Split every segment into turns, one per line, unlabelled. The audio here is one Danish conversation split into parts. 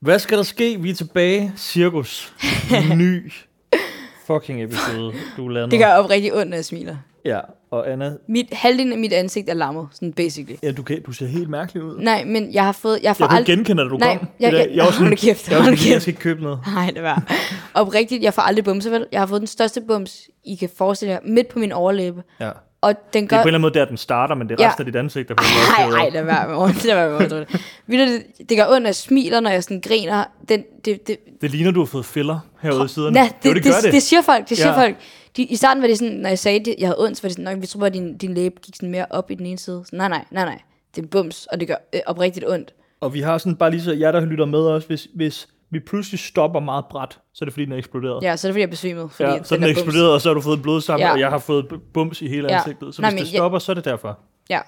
Hvad skal der ske? Vi er tilbage. Cirkus. Ny fucking episode. Du lander.
Det gør oprigtigt ondt, når jeg smiler.
Ja, og Anna,
Mit, halvdelen af mit ansigt er lammet, sådan basically.
ja, du, kan, du ser helt mærkelig ud.
Nej, men jeg har fået... Jeg får
Jeg kunne
aldrig...
genkende dig, da du
Nej,
kom.
jeg-
Det der-
jeg-
jeg var sådan,
hold kæft,
jeg, var
hold
sådan, jeg
kæft.
skal ikke købe noget.
Nej, det var... Oprigtigt, jeg får aldrig bumser, vel? Jeg har fået den største bums, I kan forestille jer, midt på min overlæbe.
Ja.
Og den
Det
gør...
er på en eller anden måde der, den starter, men det er
Ja.
resten af dit ansigt, der
Nej, nej,
bliver
lad være med ordentligt. Lad være med ordentligt. Ved du, det, det gør ondt, når jeg smiler, når jeg sådan griner. Den, det, det,
Det ligner, du har fået filler herude i siderne.
Ja,
Jo,
det, det, det,
gør
det. det siger folk, det siger
Ja.
ja. folk. De, I starten var det sådan, når jeg sagde, at jeg havde ondt, så var det sådan, "Nå, vi tror bare, at din, din læbe gik sådan mere op i den ene side. Så, nej, nej, nej, nej. Det er en bums, og det gør øh, oprigtigt ondt.
Og vi har sådan bare lige så jer, der lytter med os, hvis, hvis vi pludselig stopper meget bræt, så er det fordi, den er eksploderet.
Ja, så er det fordi, jeg er besvimet. Fordi
Ja,
at
så den er
der bums-
eksploderet, og så har du fået blodsamling, ja.
Ja.
og jeg har fået b- bums i hele
Ja.
ansigtet. Så
Nej,
hvis
men
det
jeg-
stopper, så er det derfor.
Ja.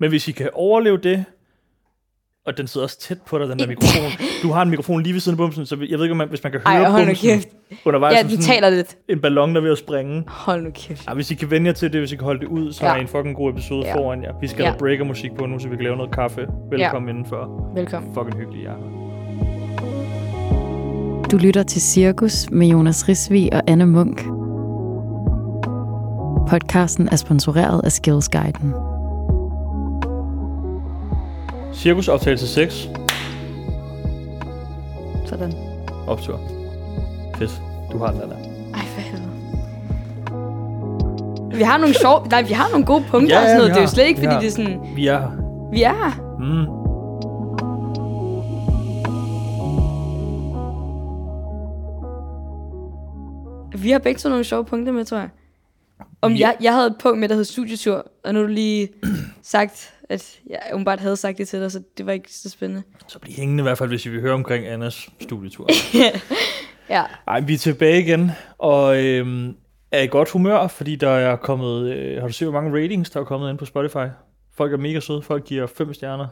Men hvis I kan overleve det, og den sidder også tæt på dig, den der mikrofon. Du har en mikrofon lige ved siden af bumsen, så jeg ved ikke, om man, hvis man kan
Ej,
høre
hold nu
bumsen
kæft.
undervejs,
ja,
som
den
sådan
taler lidt.
en ballon, der er ved at springe.
Hold nu kæft.
Ja, hvis I kan vende jer til det, hvis I kan holde det ud, så ja.
Ja.
har I en fucking god episode ja.
Ja.
foran jer. Vi skal ja.
Ja.
have breaker-musik på nu, så vi kan lave noget kaffe. Velkommen ja. indenfor.
Velkommen.
Fucking hyggelig, ja.
Du lytter til Cirkus med Jonas Risvi og Anne Munk. Podcasten er sponsoreret af Skillsguiden.
Cirkusaftagelse 6.
Sådan.
Optur. Fedt. Du har den der.
Ej, for helvede. Vi har nogle sjove... Nej, vi har nogle gode punkter
Ja,
ja, og sådan
ja,
noget.
vi
Det er jo
har.
slet ikke,
Vi
fordi
har.
det er sådan...
Vi er her.
Vi er her.
Mm.
Vi har begge to nogle sjove punkter med, tror jeg. Om
Vi-
jeg, jeg havde et punkt med, der hed studietur, og nu har du lige sagt, at jeg umiddelbart havde sagt det til dig, så det var ikke så spændende.
Så bliv hængende i hvert fald, hvis I vil høre omkring Annas studietur.
Ja,
Ej, vi er tilbage igen, og øhm, er i godt humør, fordi der er kommet... Øh, har du set, hvor mange ratings, der er kommet ind på Spotify? Folk er mega søde. Folk giver fem stjerner.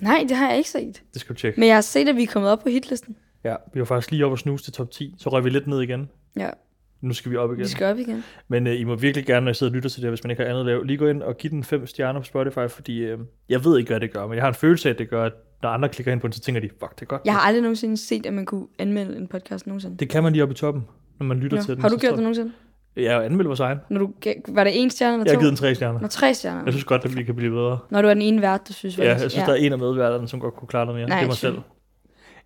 nej, det har jeg ikke set.
Det skal du tjekke.
Men jeg har set, at vi er kommet op på hitlisten.
Ja, vi var faktisk lige oppe og snuse til top 10. Så røg vi lidt ned igen.
Ja,
Nu skal vi op igen.
vi skal op igen.
Men øh, I må virkelig gerne, når I sidder og lytter til det her, hvis man ikke har andet at lave, lige gå ind og give den fem stjerner på Spotify, fordi øh, jeg ved ikke, hvad det gør, men jeg har en følelse af, at det gør, at når andre klikker ind på den, så tænker de, fuck, det er godt.
Jeg har aldrig nogensinde set, at man kunne anmelde en podcast nogensinde.
Det kan man lige oppe i toppen, når man lytter
Nå,
til den.
har du
så
gjort
står-
det nogensinde?
Jeg har anmeldt vores egen.
Når du, gav- var det en stjerne eller
Jeg
to?
har givet den tre stjerner.
Når tre stjerner.
Jeg synes godt, at vi kan blive bedre.
Når du er den ene vært, du synes. var
Ja,
det-
jeg synes, der er en af medværterne, som godt kunne klare noget mere.
Nej,
det er mig
sure.
selv.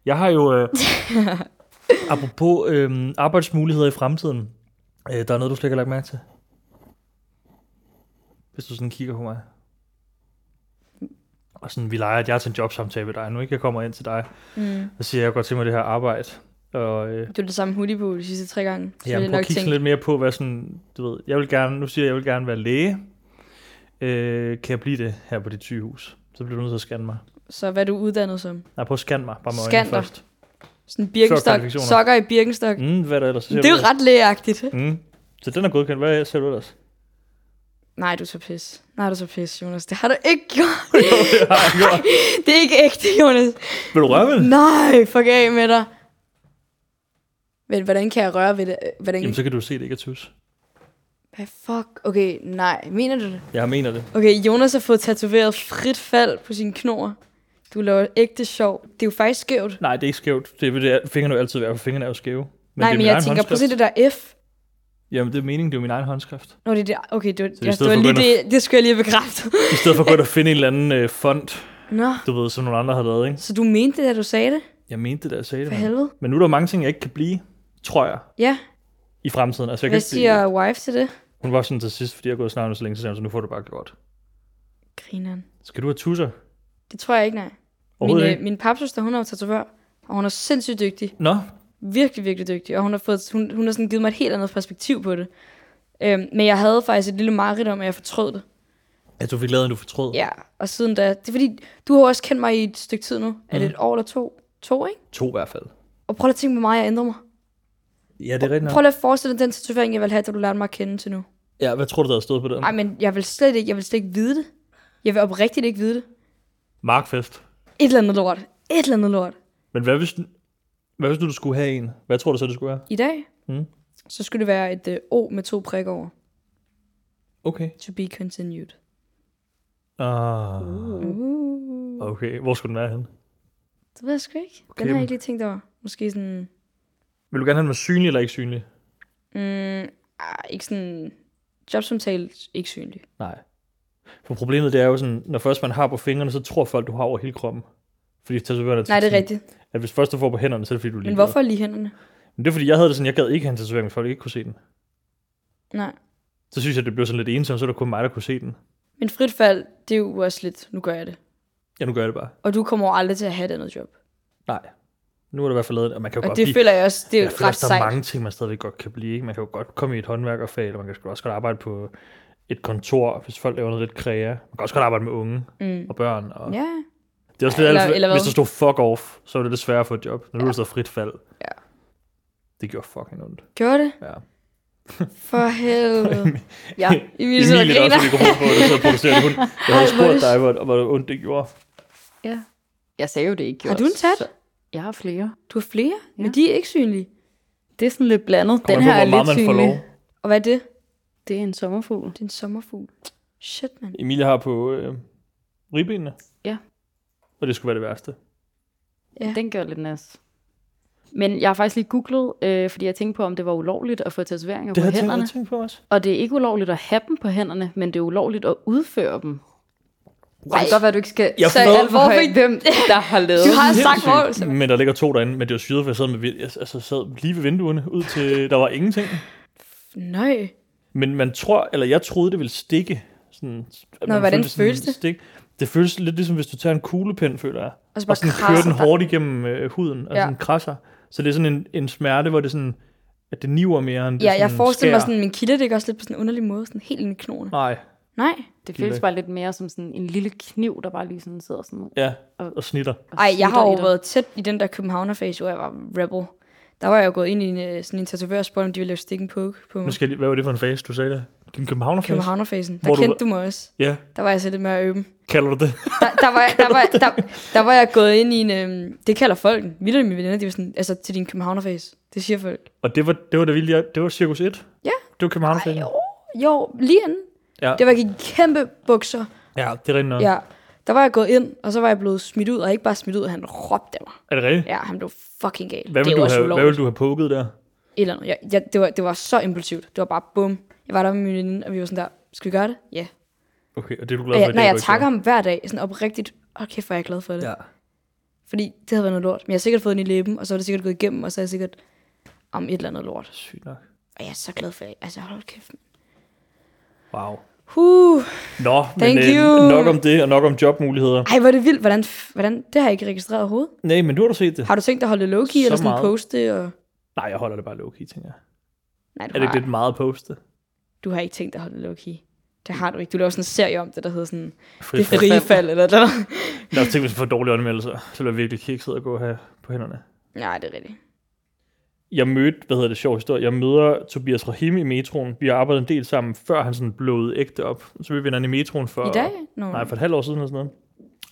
Jeg har jo, øh, apropos øh, arbejdsmuligheder i fremtiden, øh, der er noget, du slet ikke har lagt mærke til. Hvis du sådan kigger på mig. Og sådan, vi leger, at jeg er til en jobsamtale ved dig nu, ikke? Jeg kommer ind til dig,
Mm.
og siger, at jeg går til mig det her arbejde. Og øh,
Du er det samme hul på de sidste tre gange. Så
Ja,
vil
men
jeg
prøv
nok
at kigge
tænke,
sådan lidt mere på, hvad sådan, du ved, jeg vil gerne, nu siger jeg, jeg vil gerne være læge. Øh, kan jeg blive det her på dit sygehus? Så bliver du nødt til at scanne mig.
så hvad er du uddannet som?
Nej, prøv at scanne mig, bare med
Scan
øjnene
dig.
først.
Sådan birkenstok,
kvalifikationer.
sokker i birkenstok. Mm,
Mm, hvad er der ellers? Så ser
det er
du
jo ret lægeagtigt.
ellers. Mm. Så den er godkendt. Hvad ser du ellers?
Nej, du er så pis. Nej, du er så pis, Jonas. Det har du ikke gjort.
jo, det har jeg gjort.
Det er ikke ægte, Jonas.
Vil du røre ved det?
Nej, fuck af med dig. Men hvordan kan jeg røre ved det? Øh, Hvordan...
Jamen, så kan du se, det ikke er tus.
Hvad fuck? Okay, nej. Mener du det?
Jeg mener det.
Okay, Jonas har fået tatoveret frit fald på sine knor. Du laver ægte sjov. Det er jo faktisk skævt.
Nej, det er ikke skævt. Det vil det er- fingrene jo altid være, for fingrene er jo skæve. Men
nej,
det er
men
min
jeg
egen
tænker, prøv at se
håndskrift.
det der F.
Jamen, det er meningen, det er jo min egen håndskrift.
Nå, det er der. Okay, det var,
i
ja, det,
stedet
var
for
lige det, det skulle jeg lige have bekræftet.
I stedet for at gå ind og finde en eller anden øh, font,
Nå,
du ved, som nogle andre har lavet, ikke?
så du mente det, da du sagde det?
Jeg mente det, da jeg sagde det.
For
mand.
helvede.
Men nu er der mange ting, jeg ikke kan blive, tror jeg,
Ja,
i fremtiden. Altså, jeg kan
hvad
ikke blive...
siger wife til det?
Hun var sådan til sidst, fordi jeg har gået snart så længe, så sagde hun, så nu får du bare gjort.
Grineren.
Skal du have tusser?
Det tror jeg ikke, nej. Min,
Overhovedet
øh,
ikke.
min papsøster, hun er jo tatovør, og hun er sindssygt dygtig.
Nå,
Virkelig, virkelig dygtig. Og hun har, fået, hun, hun har sådan givet mig et helt andet perspektiv på det. Øhm, men jeg havde faktisk et lille mareridt om, at jeg fortrød det.
at du fik lavet, end du fortrød.
Ja, og siden da... Det er fordi, du har jo også kendt mig i et stykke tid nu. Er det
Mhm.
et år eller to? To, ikke?
To i hvert fald.
Og prøv lige at tænke, hvor meget jeg ændrer mig.
Ja, det er rigtigt. nok.
Prøv lige at forestille dig den tatovering, jeg ville have, da du lærte mig at kende til nu.
Ja, hvad tror du, der havde stået på den?
Nej, men jeg vil slet ikke, jeg vil slet ikke vide det. Jeg vil oprigtigt ikke vide det.
Markfest.
Et eller andet lort. Et eller andet lort.
Men hvad hvis, hvad hvis nu du skulle have en? Hvad tror du så, det skulle være?
I dag,
Mm.
så skulle det være et øh, O med to prikker over.
Okay.
To be continued.
Ah,
Uh.
Mhm. okay. Hvor skulle den være henne?
Det ved jeg sgu ikke. Den har
Kæmpe.
jeg ikke lige tænkt over. Måske sådan...
Vil du gerne have den var synlig eller ikke synlig?
Mm, ah, ikke sådan... Jobsamtale, ikke synlig.
Nej. For problemet det er jo sådan, når først man har på fingrene, så tror folk, du har over hele kroppen. Fordi tatovørerne
Nej, det er rigtigt.
At hvis først du får på hænderne, så er det fordi, du er
Men
ligeglad.
hvorfor lige hænderne?
Men det er fordi, jeg havde det sådan, jeg gad ikke have en tatovering, hvis folk ikke kunne se den.
Nej.
Så synes jeg, det blev sådan lidt ensomt, så er det kun mig, der kunne se den.
Men frit fald, det er jo også lidt, nu gør jeg det.
Ja, nu gør jeg det bare.
Og du kommer jo aldrig til at have et andet job.
Nej. Nu er det i hvert fald lavet, og man kan jo
Og
godt
det
blive...
føler jeg også, det er jo
jeg føler,
ret
også, der er
sejt.
mange ting, man stadigvæk godt kan blive. Ikke? Man kan jo godt komme i et håndværkerfag, eller man kan sgu også godt arbejde på et kontor, hvis folk laver noget lidt krea. Man kan også godt arbejde med unge
Mm.
og børn. Og...
Ja,
Det er også lidt
Eller-
eller,
eller
eller
hvad?
hvis du stod fuck off, så var det lidt sværere at få et job. Når ja.
Ja.
du stod frit fald.
Ja.
Det gjorde fucking ondt.
gjorde det?
Ja.
For helvede. ja, ligesom Emilie sidder og
Emilie, der også
griner.
har mikrofon på, der sidder og producerer det. Hun, jeg havde
Ej, hvor er
spurgt
det-
dig, hvor, hvor ondt det gjorde.
Ja. Jeg sagde jo, det ikke
Har
gjorde
du en tat?
så- Jeg har flere.
Du har flere,
Ja.
men de er ikke synlige.
Det er sådan lidt blandet.
Kommer an
Den
på,
her er
hvor meget man
lidt
får lov.
synlig.
Og hvad er det?
Det er en sommerfugl.
Det er en sommerfugl. Shit, mand.
Emilie har på øh, ribbenene.
Ja.
Og det skulle være det værste.
Ja.
Ja. Den gør lidt nas. Men jeg har faktisk lige googlet, øh, fordi jeg tænkte på, om det var ulovligt at få tatoveringer på
Det har jeg tænkt, jeg
hænderne.
havde tænkt på også.
Og det er ikke ulovligt at have dem på hænderne, men det er ulovligt at udføre dem. Ej. Det kan godt være, at du ikke skal
Jeg
jeg sige
forstår-
alt for
Hvorfor
højt,
ikke?
hvem der har lavet
Du har
dem.
sagt
Sindssygt.
hvor, så-
Men der ligger to derinde, men det var syret, for jeg sad, med, vi- altså, sad lige ved vinduerne ud til, der var ingenting.
Nøj.
Men man tror, eller jeg troede, det ville stikke. Sådan, at
Nå,
man
hvordan
følte sådan
føles det?
Stik. Det føles lidt ligesom, hvis du tager en kuglepen, føler jeg.
Og så
Og
bare
sådan kører
krasser
den
dig.
hårdt igennem øh, huden, og
Ja.
ja. sådan krasser. Så det er sådan en, en smerte, hvor det sådan, at det niver mere, end det
Ja,
sådan
jeg forestiller mig
skærer.
sådan, min kilde, det gør også lidt på sådan en underlig måde, sådan helt ind i knoerne.
Nej,
Nej.
Det føles bare lidt mere som sådan en lille kniv, der bare lige sådan sidder sådan
ja, og snitter.
og
Ej, jeg
snitter
har jo
i dig.
været tæt i den der københavnerfase, hvor jeg var rebel. Der var jeg jo gået ind i en, øh, sådan en tatovør og spurgte, om de ville lave stick and poke på
Nu skal jeg lige, hvad var det for en fase, du sagde der? Din københavner fase?
Københavnerfasen. Der
Hvor du-
kendte du mig også.
Ja,
Der var jeg så lidt mere øben.
kalder du det?
Der, der, var, jeg- der, var, jeg- der, der var jeg gået ind i en... Øhm, det kalder folk den. Vildt mine venner, de var sådan, altså til din københavnerfase. Det siger folk.
Og det var, det var da vildt, jeg- det var cirkus 1?
Ja.
Det var københavner
Ej,
fase?
jo, jo, lige inden.
Ja.
Det var jeg gik i kæmpe bukser.
Ja, det er rigtigt nok.
Ja. Der var jeg gået ind, og så var jeg blevet smidt ud, og ikke bare smidt ud, han råbte af mig.
Er det rigtigt?
Ja, han blev fucking gal.
Hvad
det
vil,
er
du
jo også
have, hvad
ulovligt.
vil du have pukket der?
Et eller andet. Jeg, jeg, det, var, det var så impulsivt. Det var bare bum. Jeg var der med min veninde, og vi var sådan der, skal vi gøre det? Ja.
Okay, og det er du glad
Og
for i
jeg,
dag,
når
du
jeg
ikke
takker
gjorde?
ham hver dag, sådan oprigtigt, åh kæft, hvor er jeg glad for det.
Ja.
Fordi det havde været noget lort. Men jeg har sikkert fået den i læben, og så er det sikkert gået igennem, og så er jeg sikkert om et eller andet lort.
Sygt nok.
Og jeg er så glad for det. Altså, hold kæft.
Wow.
Huh.
Nå,
Thank
men øh,
you.
nok om det, og nok om jobmuligheder.
Ej, hvor er det vildt. Hvordan, f- hvordan, det har jeg ikke registreret overhovedet.
Nej, men nu har du set det.
Har du tænkt dig at holde det low-key,
Så
eller sådan
meget.
poste? Og...
Nej, jeg holder det bare low-key, tænker jeg.
Nej, du,
Er det
har,
ikke lidt meget at poste?
du har ikke tænkt dig at holde det low-key. Det har du ikke. Du laver sådan en serie om det, der hedder sådan... Det
fald.
frie fald, eller noget.
Nå, tænk, hvis jeg får dårlige anmeldelser, så vil jeg virkelig kikset og gå her på hænderne.
Nej, det er rigtigt.
Jeg mødte, hvad hedder det, sjov historie, jeg møder Tobias Rahim i metroen. Vi har arbejdet en del sammen, før han sådan blåede ægte op. Så mødte vi hinanden i metroen for...
I dag? No.
Nej, for et halvt år siden eller sådan noget.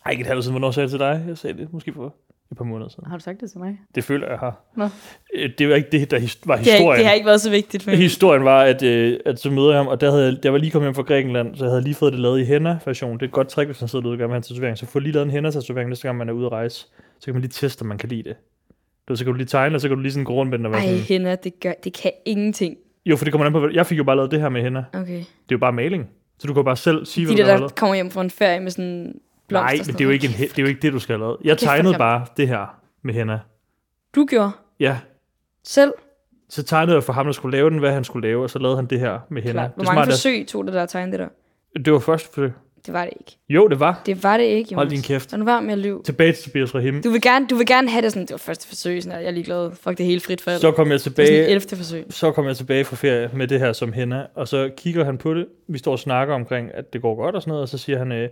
Ej, ikke et halvt år siden. Hvornår sagde jeg det til dig? Jeg sagde det måske for et par måneder siden.
Har du sagt det til mig?
Det føler jeg har.
Nå.
Øh, Det var ikke det, der his- var
det, har, ikke-
historien.
det har ikke været så vigtigt for mig.
Historien var, at, øh, at så møder jeg ham, og der, havde jeg, jeg var lige kommet hjem fra Grækenland, så jeg havde lige fået det lavet i henna-version. Det er et godt trick, hvis man sidder derude og gør med hans tatovering. Så få lige lavet en henna-tatovering, næste gang man er ude at rejse. Så kan man lige teste, om man kan lide det. Du, ved, så kan du lige tegne, og så kan du lige sådan gå rundt med den og være
Ej,
sådan,
Henna, det, gør, det kan ingenting.
Jo, for det kommer an på, hvad- jeg fik jo bare lavet det her med henna.
Okay.
Det er jo bare maling. Så du kan jo bare selv sige,
De
hvad
der,
du har
der
lavet.
kommer hjem fra en ferie med sådan blomster.
Nej,
og sådan
men det er, jo
noget.
ikke en, he- det er jo ikke det, du skal have lavet. Jeg
Kæft, hvor
tegnede
grimt.
bare det her med henna.
Du gjorde
Ja,
selv.
så tegnede jeg for ham, der skulle lave den, hvad han skulle lave, og så lavede han det her med henna.
Klart. Hvor
Det
mange
smarte er-
forsøg tog det der at tegne det der?
Det var første forsøg.
Det var det ikke.
Jo, det var.
Det var det ikke, Jonas.
Hold din kæft.
Lad nu være med at lyve.
Tilbage til Tobias Rahim.
Du vil, gerne, du vil gerne have det sådan, det var første forsøg, sådan, at jeg er ligeglad. Fuck det er helt frit for alt.
Så kom jeg
det er sådan et
tilbage,
11. forsøg.
så kom jeg tilbage fra ferie med det her som hende, og så kigger han på det. Vi står og snakker omkring, at det går godt og sådan noget, og så siger han, øh, øh,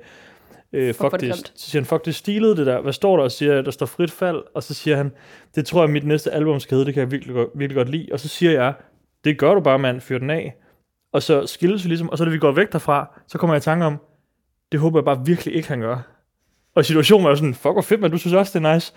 hvor er
fuck
det
det,
grimt.
så siger han, fuck det stilede det der. Hvad står der? Og siger, jeg, der står frit fald. Og så siger han, det tror jeg, mit næste album skal hedde, det kan jeg virkelig, godt- virkelig godt lide. Og så siger jeg, det gør du bare, mand, fyr den af. Og så skilles vi ligesom, og så da vi går væk derfra, så kommer jeg i tanke om, det håber jeg bare virkelig ikke, han gør. Og situationen var jo sådan, fuck hvor fedt, men du synes også, det er nice.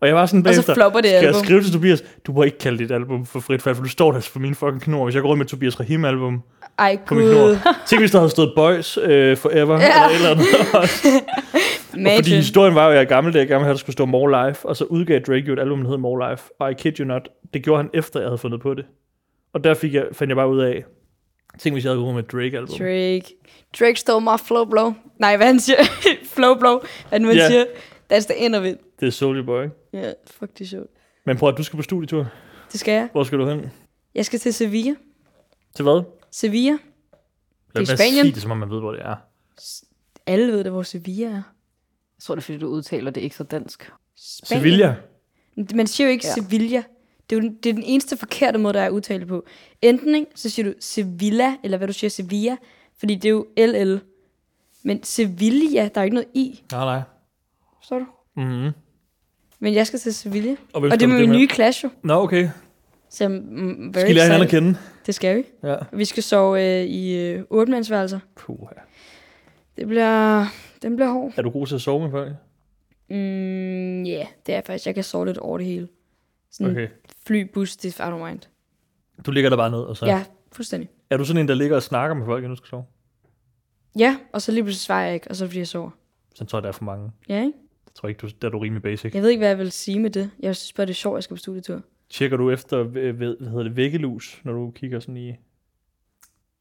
Og jeg var sådan
Og så
bagefter,
flopper det
skal jeg
album.
skrive altså til Tobias, du må ikke kalde dit album for frit fald, for du står der for min fucking knor, hvis jeg går rundt med et Tobias Rahim album.
Ej,
på min knor.
gud.
Tænk, hvis der havde stået boys øh, forever, ja. eller et eller andet. Og fordi
Imagine.
historien var jo, at jeg i gamle dage gerne ville have, at der skulle stå More Life, og så udgav Drake jo et album, der hed More Life, og I kid you not, det gjorde han efter, jeg havde fundet på det. Og der fik jeg, fandt jeg bare ud af, tænk hvis jeg havde gået med et Drake-album.
Drake. Drake stole my flow blow. Nej, hvad han siger? flow blow. Hvad nu han
Ja.
siger? That's the end of it.
Det er Soulja Boy, ikke?
Ja, yeah, fuck det er sjovt.
Men prøv at du skal på studietur.
Det skal jeg.
Hvor skal du hen?
Jeg skal til Sevilla.
Til hvad?
Sevilla.
Lad
Til
mig sige
Spanien.
det, som om man ved, hvor det er.
Alle ved da, hvor Sevilla er.
Jeg tror, det er, fordi du udtaler det ikke så dansk.
Spanien.
Sevilla.
Man siger jo ikke
Ja.
ja. Sevilla. Det er, jo, det er den eneste forkerte måde, der er udtale på. Enten ikke, så siger du Sevilla, eller hvad du siger, Sevilla, fordi det er jo LL. Men Sevilla, der er ikke noget i,
Nej, nej.
forstår du?
Mm-hmm.
Men jeg skal til Sevilla.
Og,
Og det er med min nye klasse, jo.
Nå, okay.
Så jeg er mm, very
Skal I lære hinanden
excited.
at kende?
Det skal vi.
Ja.
Og Vi skal sove øh, i øh, ottemandsværelser.
Puh,
Det bliver, den bliver hård.
Er du god til at sove med folk?
Ja, mm, yeah, det er faktisk. Jeg kan sove lidt over det hele. Sådan okay.
Okay.
fly, bus, det er out of mind.
Du ligger der bare ned, og så...
Ja. ja, fuldstændig.
Er du sådan en, der ligger og snakker med folk, inden du skal sove?
Ja, og så lige pludselig svarer jeg ikke, og så er det, fordi jeg sover.
Så tror jeg, der er for mange.
Ja, ikke?
Jeg tror ikke, du, der er du rimelig basic.
Jeg ved ikke, hvad jeg vil sige med det. Jeg synes bare, det er sjovt, at jeg skal på studietur.
Tjekker du efter, øh, ved, hvad hedder det, væggelus, når du kigger sådan i,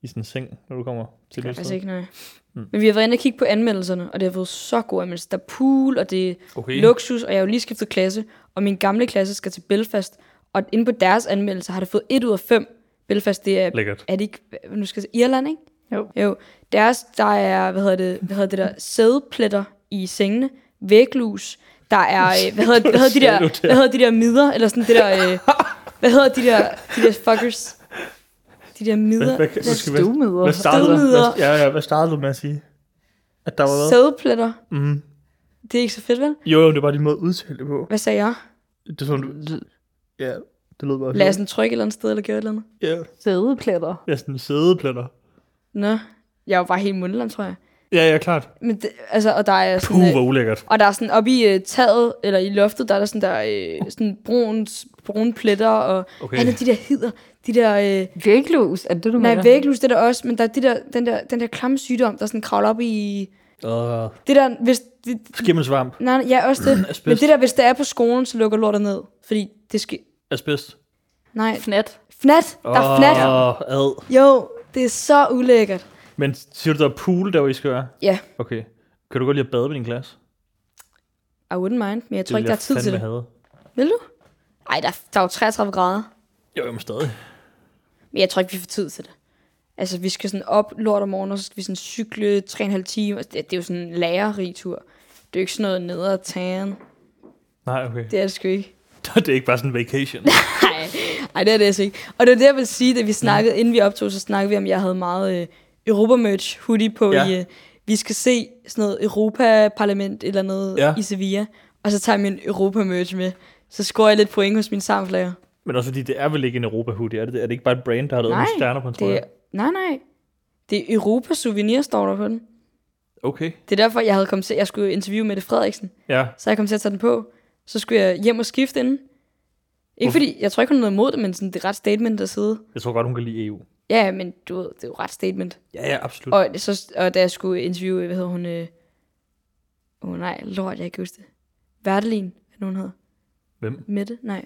i sådan en seng, når du kommer til
Det er
det
Hmm. faktisk
sted?
Altså ikke noget.
Mm.
Men vi har været inde og kigge på anmeldelserne, og det har fået så gode anmeldelser. Der er pool, og det er
Okay.
luksus, og jeg har jo lige skiftet klasse, og min gamle klasse skal til Belfast, og inde på deres anmeldelser har det fået 1 ud af 5. Belfast, det er
Lækkert.
er det ikke, hvad- nu skal jeg sige, Irland, ikke?
Jo.
Jo. Deres, der er, hvad hedder det, hvad hedder det der, sædpletter i sengene, væglus, der er, øh, hvad hedder, hvad hedder de
Sagde du
der,
det?
hvad hedder de der midder, eller sådan det der, øh, hvad hedder de der, de der fuckers, de der midder,
Hvad, hvad,
Så
skal- hvad,
stuemøder.
hvad, startede,
Stødmider.
hvad, ja, ja, hvad startede du med at sige? At der var hvad?
sædpletter,
Mm.
det er ikke så fedt, vel?
Jo, jo, det var bare din måde at udtale det på.
Hvad sagde jeg?
Det er sådan, du, ja, det lød bare
Lad os en trykke et eller andet sted, eller gøre et eller andet.
Ja,
Sædepletter.
jeg er sådan sædepletter.
Nå, jeg var bare helt mundland, tror jeg.
Ja, ja, klart.
Men det, altså, og der er sådan...
Puh,
øh,
hvor ulækkert.
Og der er sådan oppe i øh, taget, eller i loftet, der er der sådan der øh, sådan brun, brune pletter, og
Okay.
okay. alle de der hider, de der... Øh,
Væglus, er det det, du
nej,
mener?
væglus, det er der også, men der er de der, den, der, den der klamme sygdom, der sådan kravler op i...
Uh,
Det der, hvis... Det,
skimmelsvamp.
nej, nej, ja, også det.
Asbest.
men det der, hvis det er på skolen, så lukker lortet ned, fordi det skal...
Asbest.
Nej,
Fnat.
fnat! Der er fnat!
Åh, ad.
Jo, det er så ulækkert.
Men siger du, der er pool, der hvor I skal være?
Ja,
Okay. Kan du godt lide at bade med din glas?
I wouldn't mind, men jeg tror ikke, der er tid til det.
Havde.
Vil du? Ej, der, er- der er jo 33 grader.
Jo, jeg må stadig.
Men jeg tror ikke, vi får tid til det. Altså, vi skal sådan op lort om morgenen, og så skal vi sådan cykle 3,5 timer. Altså, Det, det er jo sådan en lærerrig tur. Det er jo ikke sådan noget ned ad tagen.
Nej, okay.
Det er det sgu ikke.
Det er ikke bare sådan en vacation.
Nej, Ej, det er det altså ikke. Og det er det, jeg vil sige, da vi snakkede, inden vi optog, så snakkede vi om, at jeg havde meget øh, Europa-merch hoodie på.
Ja.
Ja. I, øh, vi skal se sådan noget Europa-parlament eller noget
Ja.
ja. i Sevilla. Og så tager jeg min Europa-merch med. Så scorer jeg lidt point hos min samflager.
Men også fordi, det er vel ikke en europa hoodie, er det det? Er det ikke bare et brand, der har lavet nogle stjerner på en trøje?
det, nej, nej. Det er Europa-souvenir, står der på den.
Okay.
Det er derfor, jeg havde kommet til, jeg skulle interviewe Mette Frederiksen.
Ja.
Så jeg kom til at tage den på. Så skulle jeg hjem og skifte inden. Ikke
Hvorfor?
fordi, jeg tror ikke, hun har noget imod det, men sådan, det er ret statement at sidde.
Jeg tror godt, hun kan lide E EU.
Ja, ja, men du ved, det er jo ret statement.
Ja, ja, absolut.
Og, det- så, og da jeg skulle interviewe, hvad hedder hun? Åh øh... oh, nej, lort, jeg kan ikke huske det. Vertelin, hvad hun hedder.
Hvem?
Mette? Nej.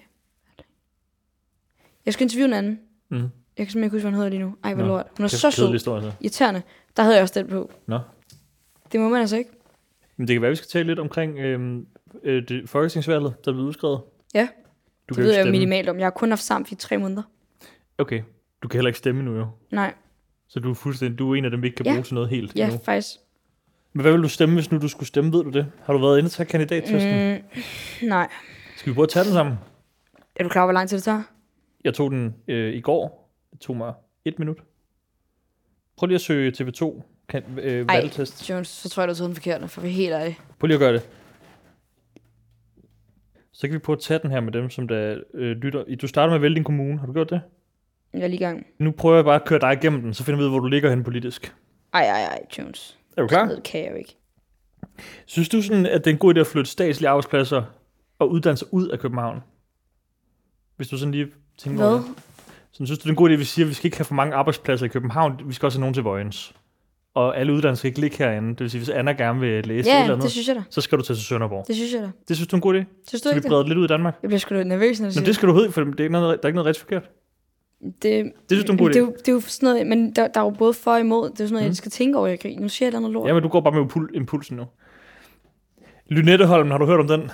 Jeg skulle interviewe en anden.
Mm.
Jeg kan simpelthen ikke huske, hvad hun hedder lige nu. Ej, hvor
Nå,
lort. Hun er så sød.
historie, så.
Irriterende. Der havde jeg også den på.
Nå.
Det må man altså ikke.
Men det kan være, vi skal tale lidt omkring øhm, øh, det folketingsvalget, der blev udskrevet.
Ja,
Du
det
jo
ved
ikke
jeg jo
stemme.
minimalt om. Jeg har kun haft samt i tre måneder.
Okay. Du kan heller ikke stemme nu jo.
Nej,
Så du er fuldstændig, du er en af dem, vi ikke kan
Ja.
bruge til noget helt
ja,
endnu.
faktisk.
Men hvad vil du stemme, hvis nu du skulle stemme, ved du det? Har du været inde og tage kandidattesten?
Øh.
Mm.
Nej.
Skal vi prøve at tage den sammen?
Er du klar, over, hvor lang tid det tager?
Jeg tog den øh, i går. Det tog mig et minut. Prøv lige at søge TV2 kan, øh,
Ej.
valgtest.
Jones, så tror jeg, du har taget den forkerte, for vi er helt ærlige.
Prøv lige at gøre det. Så kan vi prøve at tage den her med dem, som der øh, lytter. Du starter med at vælge din kommune. Har du gjort det?
Jeg er lige i gang.
Nu prøver jeg bare at køre dig igennem den, så finder vi ud af, hvor du ligger hen politisk.
Ej, ej, ej, Jones.
Er du klar?
Det kan jeg jo ikke.
Synes du sådan, at det er en god idé at flytte statslige arbejdspladser og uddannelser ud af København? Hvis du sådan lige tænker over
Hvad?
det. Så synes du, det er en god idé, at vi siger, at vi skal ikke have for mange arbejdspladser i København, vi skal også have nogen til Vojens. Og alle uddannelser skal ikke ligge herinde. Det vil sige, hvis Anna gerne vil læse et
Ja,
eller
det
andet,
synes jeg da.
så skal du tage til Sønderborg.
Det synes jeg da.
Det synes du er en god idé?
Synes du
Så vi
ikke det?
breder det lidt ud i Danmark.
Jeg bliver sgu da nervøs, når du
Nå,
siger
det skal du vide, for det er ikke noget, der er ikke noget rigtig forkert.
det.
Det synes du er en god
det, er
idé.
jo, det er jo sådan noget, men der, der er jo både for og imod. Det er jo sådan noget, mm. jeg skal tænke over, jeg griner. Nu siger jeg et eller andet lort.
Ja, men du går bare med impul- impulsen nu. Lynetteholm, har du hørt om den?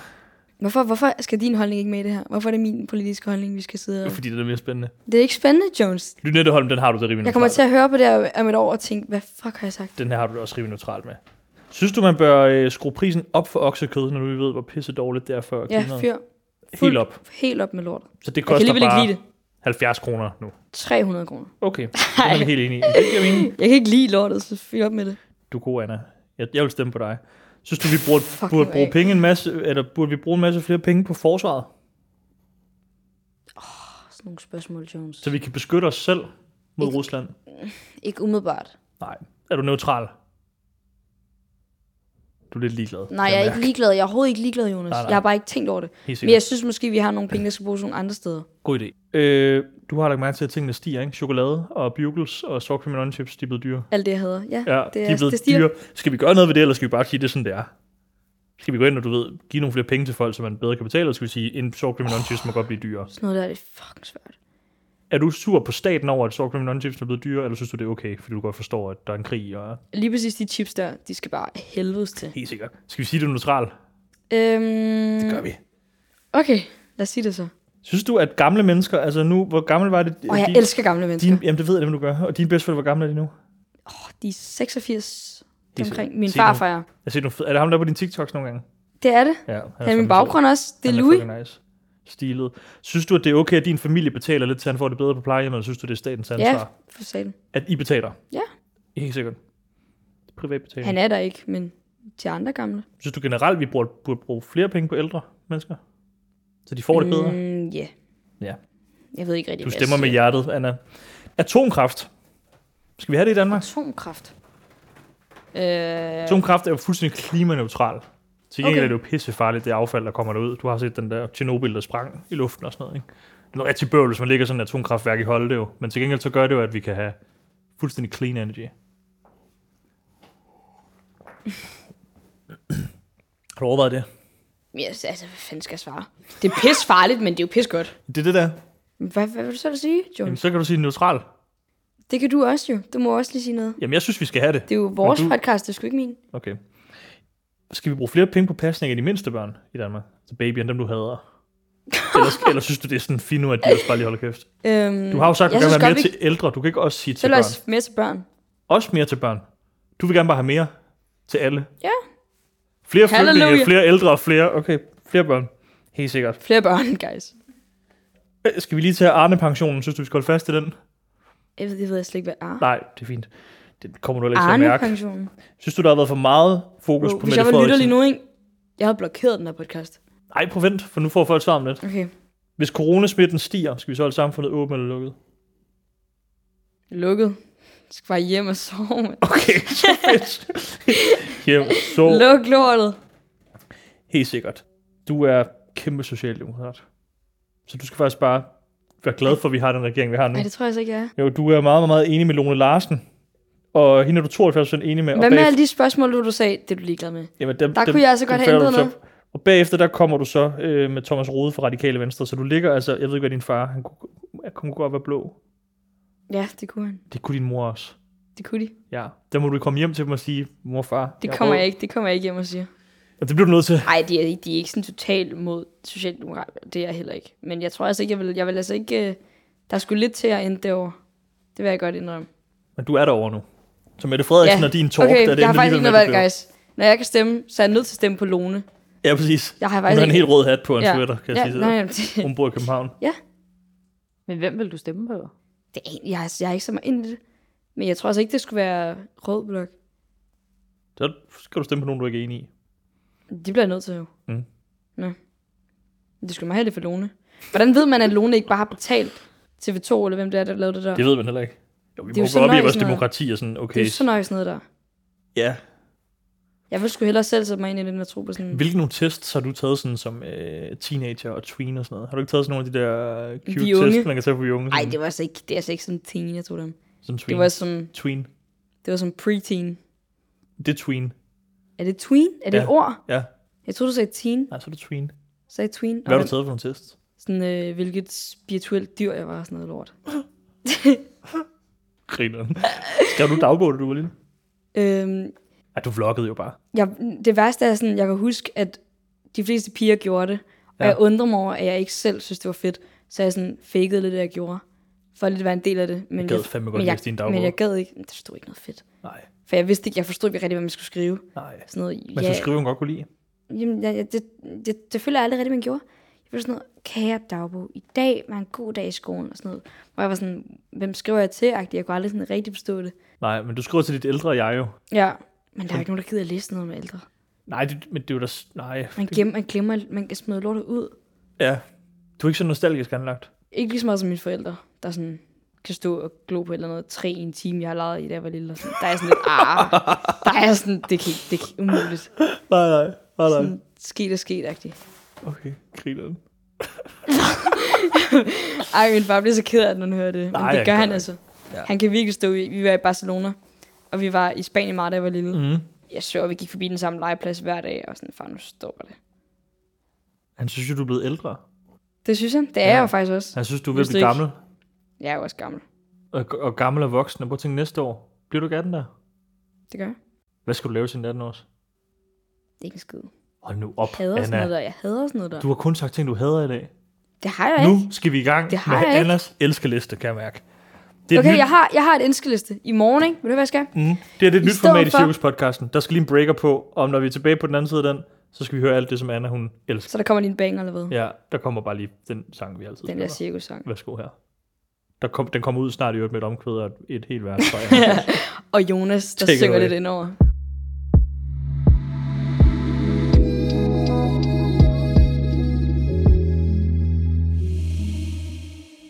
Hvorfor, hvorfor skal din holdning ikke med i det her? Hvorfor er det min politiske holdning, vi skal sidde og...
Fordi det er mere spændende.
Det er ikke spændende, Jones.
Lynetteholm, den har du det rimelig
Jeg kommer
neutralt
til at høre på det her om et år og tænke, hvad fuck har jeg sagt?
med. Den her har du det også rimelig neutralt med. Synes du, man bør øh, skrue prisen op for oksekød, når du ved, hvor pisse dårligt det er for
Ja,
klimaet?
fyr.
Helt op.
Helt op med lort.
Så det
Jeg kan
koster
alligevel ikke
bare
lide det.
70 kroner nu.
300 kroner.
Okay, det er jeg helt enig i. Det giver mening.
Jeg kan ikke lide lortet, så fyr op med det.
Du er god, Anna. Jeg, jeg vil stemme på dig. Synes du, vi burde,
Fuck,
burde
nu
bruge
af.
penge en masse, eller burde vi bruge en masse flere penge på forsvaret,
Sådan nogle spørgsmål, Jones.
så vi kan beskytte os selv mod Rusland?
Ikke umiddelbart.
Nej. Er du neutral? Du er lidt ligeglad.
Nej, jeg er ikke ligeglad. Jeg er overhovedet ikke ligeglad, Jonas.
Nej, nej.
Jeg har bare ikke tænkt over det.
Helt
Men
yes.
jeg synes måske, vi har nogle penge, der skal bruges nogle andre steder.
God idé. Øh, du har lagt mærke til, at tingene stiger, ikke? Chokolade og bugles og sour cream and onion chips, de er blevet dyre.
Alt det, jeg hader. Ja,
Ja,
det
det er, de er blevet
det
det
stiger.
dyre. Skal vi gøre noget ved det, eller skal vi bare sige, at det er sådan, det er? Skal vi gå ind og, du ved, give nogle flere penge til folk, så man bedre kan betale, eller skal vi sige, en sour cream and onion chips må godt blive dyrere?
Sådan noget der, det er fucking svært.
Er du sur på staten over, at sour cream and onion chips er blevet dyrere, eller synes du, det er okay, fordi du godt forstår, at der er en krig? Og...
Lige præcis de chips der, de skal bare helvedes til.
Helt sikkert. Skal vi sige, det er neutral?
Øhm,
Gør vi.
okay, lad os sige det så.
Synes du, at gamle mennesker, altså nu, hvor gammel var det?
Og jeg
din-
elsker gamle mennesker.
Din, jamen, det ved jeg, nemlig, du gør. Og dine bedsteforældre, hvor gamle er de nu?
De er 86
Det er
omkring.
så-
Min
se
farfar er.
Jeg ser, nu, Altså, er det ham, der er på din TikToks nogle gange?
Det er det.
Ja,
Han er min baggrund også. Det er Louis.
Louis. Nice. Stilet. Synes du, at det er okay, at din familie betaler lidt, så han får det bedre på plejehjemmet, eller synes du, det er statens ansvar?
Ja, for satan.
At I betaler?
Ja.
Helt sikkert. Privat betaling.
Han er der ikke, men de andre gamle.
Synes du generelt, vi burde, burde bruge flere penge på ældre mennesker? Så de får det bedre?
Mm, yeah.
Ja.
Jeg ved ikke rigtig,
Du
hvad
stemmer
jeg
med
siger.
hjertet, Anna. Atomkraft. Skal vi have det i Danmark?
Atomkraft. Øh,
Atomkraft er jo fuldstændig klimaneutral. Til gengæld
Okay.
okay. er det jo pissefarligt, det affald, der kommer derud. Du har set den der Tjernobyl, der sprang i luften og sådan noget. Ikke? Det er noget rigtig bøvl, hvis man ligger sådan et atomkraftværk i Holte jo. Men til gengæld så gør det jo, at vi kan have fuldstændig clean energy. har du overvejet det?
yes, altså, hvad fanden skal jeg svare? Det er pis farligt, men det er jo pis godt.
Det er det der.
Hvad, hvad vil du så sige,
Jamen,
Jones?
så kan du sige neutral.
Det kan du også jo. Du må også lige sige noget.
Jamen, jeg synes, vi skal have det.
Det er jo vores
du-
du... podcast, det er sgu ikke min.
Okay. Skal vi bruge flere penge på pasning af de mindste børn i Danmark? Så babyen, dem du hader. Eller, eller synes du, det er sådan fint nu, at de også bare lige holder kæft?
Øhm,
Du har jo sagt, at du gerne vil
jeg synes
have
godt,
mere
vi-
til ældre. Du kan ikke også sige
Så
til
lad
børn.
os mere til børn.
Også mere til børn. Du vil gerne bare have mere til alle.
Ja.
Flere
Halleluja.
flygtninge, flere ældre og flere... Okay, flere børn. Helt sikkert.
Flere børn, guys.
Øh, Skal vi lige tage Arne-pensionen? Synes du, vi skal holde fast i den?
Jeg ved, det ved jeg slet ikke, hvad er.
Nej, det er fint. Det kommer du heller ikke til at mærke.
Arne-pensionen.
Synes du, der har været for meget fokus
Wow,
på
Hvis
Mette
jeg var lytter
Frederiksen?
lige nu, ikke? Jeg havde blokeret den her podcast.
Nej, prøv vent, for nu får folk svar om lidt.
Okay.
Hvis coronasmitten stiger, skal vi så holde samfundet åbent eller lukket?
Lukket. Jeg skal bare hjem og sove. mand.
Okay, så fedt. Hjem, så
Luk lortet.
helt sikkert. Du er kæmpe socialdemokrat. Så du skal faktisk bare være glad for, at vi har den regering, vi har nu.
Nej, det tror jeg så ikke, jeg er.
Jo, du er meget, meget, meget enig med Lone Larsen. Og hende er du 72 enig med. og
Hvad med
bagef-
alle de spørgsmål, du, du sagde, det er du ligeglad med?
Jamen, dem,
Der kunne jeg altså godt have
falder
ændret
du så- Og bagefter, der kommer du så øh, med Thomas Rode fra Radikale Venstre. Så du ligger altså, jeg ved ikke, hvad din far, han kunne, han kunne godt være blå.
Ja, det kunne han.
Det kunne din mor også.
Det kunne de.
Ja, der må du komme hjem til dem og sige, mor og far.
Det
er
kommer
rød."
jeg ikke, det kommer jeg ikke hjem og siger.
Og det bliver du nødt til.
Nej, de er, de er ikke sådan totalt mod socialdemokrat. Det er jeg heller ikke. Men jeg tror altså ikke, jeg vil, jeg vil altså ikke... øh, Der skulle lidt til at ende derovre. Det vil jeg godt indrømme.
Men du er derovre nu. Så Mette Frederiksen ja. og din talk,
okay,
der er det
jeg har
endelig
faktisk
ved
ikke noget
med,
valg,
det
guys. Når jeg kan stemme, så er jeg nødt til at stemme på Lone.
bliver. Ja, præcis.
Jeg har
Hun
faktisk
har en helt rød hat på en
Ja.
sweater, kan jeg
ja,
sige til
nej,
dig.
jamen, det,
Hun bor i København.
Men hvem vil du stemme på?
det er, jeg, er- jeg er ikke så meget ind i det. Men jeg tror altså ikke, det skulle være rød blok.
Så skal du stemme på nogen, du ikke er enig i.
Det bliver jeg nødt til jo.
Mm.
Nå. Men Det skulle meget heldigt for Lone. Hvordan ved man, at Lone ikke bare har betalt TV2, eller hvem det er, der lavede det der?
Det ved man heller ikke. Jo, vi
Det
må
er jo
gå
sådan
op i
noget,
vores
sådan noget.
demokrati og sådan, okay.
det er jo så nøjes noget der.
Ja.
Jeg vil sgu hellere selv sætte mig ind i den der tro på sådan...
Hvilke nogle tests har du taget sådan som øh, teenager og tween og sådan noget? Har du ikke taget sådan nogle af de der øh, cute
De unge.
tests, man kan tage på de unge?
Nej,
sådan-
det var altså ikke, det er altså ikke som teen, jeg tog dem.
Som tween.
Det var som,
tween.
det var som preteen.
Det er tween.
Er det tween? Er det
Ja.
et ord?
Ja,
Jeg troede, du sagde teen.
nej, så er det tween. Hvad
Sagde tween.
har
Og
du taget for nogle tests?
Sådan, øh, hvilket spirituelt dyr jeg var og sådan noget lort.
Grineren. Skrev du dagbog, da du var lille?
Øhm,
Ja, du vloggede jo bare.
jeg, det værste er sådan, jeg kan huske, at de fleste piger gjorde det. Og
Ja.
jeg undrer mig over, at jeg ikke selv synes, det var fedt. Så jeg sådan fakede lidt, det jeg gjorde. For lidt at være en del af det. Men
Jeg gad fandme godt
men jeg,
læse din dagbog.
men jeg gad ikke. Det stod ikke noget fedt.
Nej,
For jeg vidste ikke, jeg forstod ikke rigtig, hvad man skulle skrive.
nej.
Sådan noget,
Men
ja,
så skrive, hun godt kunne lide.
Jamen, jeg, jeg, det, det, det føler jeg aldrig rigtigt, man gjorde. Jeg følte sådan noget, kære dagbog, i dag var en god dag i skolen og sådan noget. Hvor jeg var sådan, hvem skriver jeg til? -agtig. Jeg kunne aldrig sådan rigtig forstå det.
Nej, men du skriver til dit ældre jeg jo.
Ja. Men der er jo ikke nogen, der gider at læse noget med ældre.
Nej, det, men det er jo da... s- Nej.
Man gemmer, man glemmer, man kan smide lortet ud.
Ja. Du er ikke så nostalgisk anlagt.
Ikke lige så meget som mine forældre, der sådan kan stå og glo på et eller andet træ i en time, jeg har leget i, da jeg var lille. og Sådan. Der er jeg sådan lidt, ah, der er jeg sådan, det kan ikke, det kan ikke umuligt.
Nej, nej. Nej,
Sådan, sket er sket, agtigt.
Okay, grineren.
Ej, min far bliver så ked af, det, når han hører det. Men
Nej,
Nej, det
han
gør
gør
han
det.
altså.
Ja.
Ja. Han kan virkelig stå i. Vi var i Barcelona, og vi var i Spanien meget, da jeg var lille. Mm.
Mm.
Jeg så, vi gik forbi den samme legeplads hver dag, og sådan, far, nu stopper det.
Han synes jo, du er blevet ældre.
Det synes han. Det er
Ja.
ja. jeg jo faktisk også.
Han synes, du er ved at
Vidste
blive
du
gammel.
ikke? Jeg er jo også gammel.
Og, og gammel og voksen. Og prøv at tænke, næste år bliver du ikke 18 der.
Det gør jeg.
Hvad skal du lave til din 18 års?
Det er ikke en skid. Jeg
Hold nu op,
hader sådan noget
Anna.
der. Jeg hader sådan noget der.
Du har kun sagt ting, du hader i dag.
Det har jeg ikke.
Nu skal vi i gang
Det har
med
jeg ikke.
Annas elskeliste, kan jeg mærke. Det er et
Okay,
nyt,
jeg har, jeg har et ønskeliste i morgen, ikke? Vil du høre, hvad jeg skal?
mm, det er et
I
nyt
stedet
format i
for-
Cirkus-podcasten. Der skal lige en breaker på, og når vi er tilbage på den anden side af den, så skal vi høre alt det, som Anna hun elsker.
Så der kommer din bang eller hvad? Ja,
Ja, der kommer bare lige den sang, vi altid
den
spiller.
der cirkussang.
Værsgo her. Der kom, den kommer ud snart i øvrigt med et omkvæd og et, et helt vers. fra Anna.
Og Jonas, der
Take it
synger
away.
lidt indover.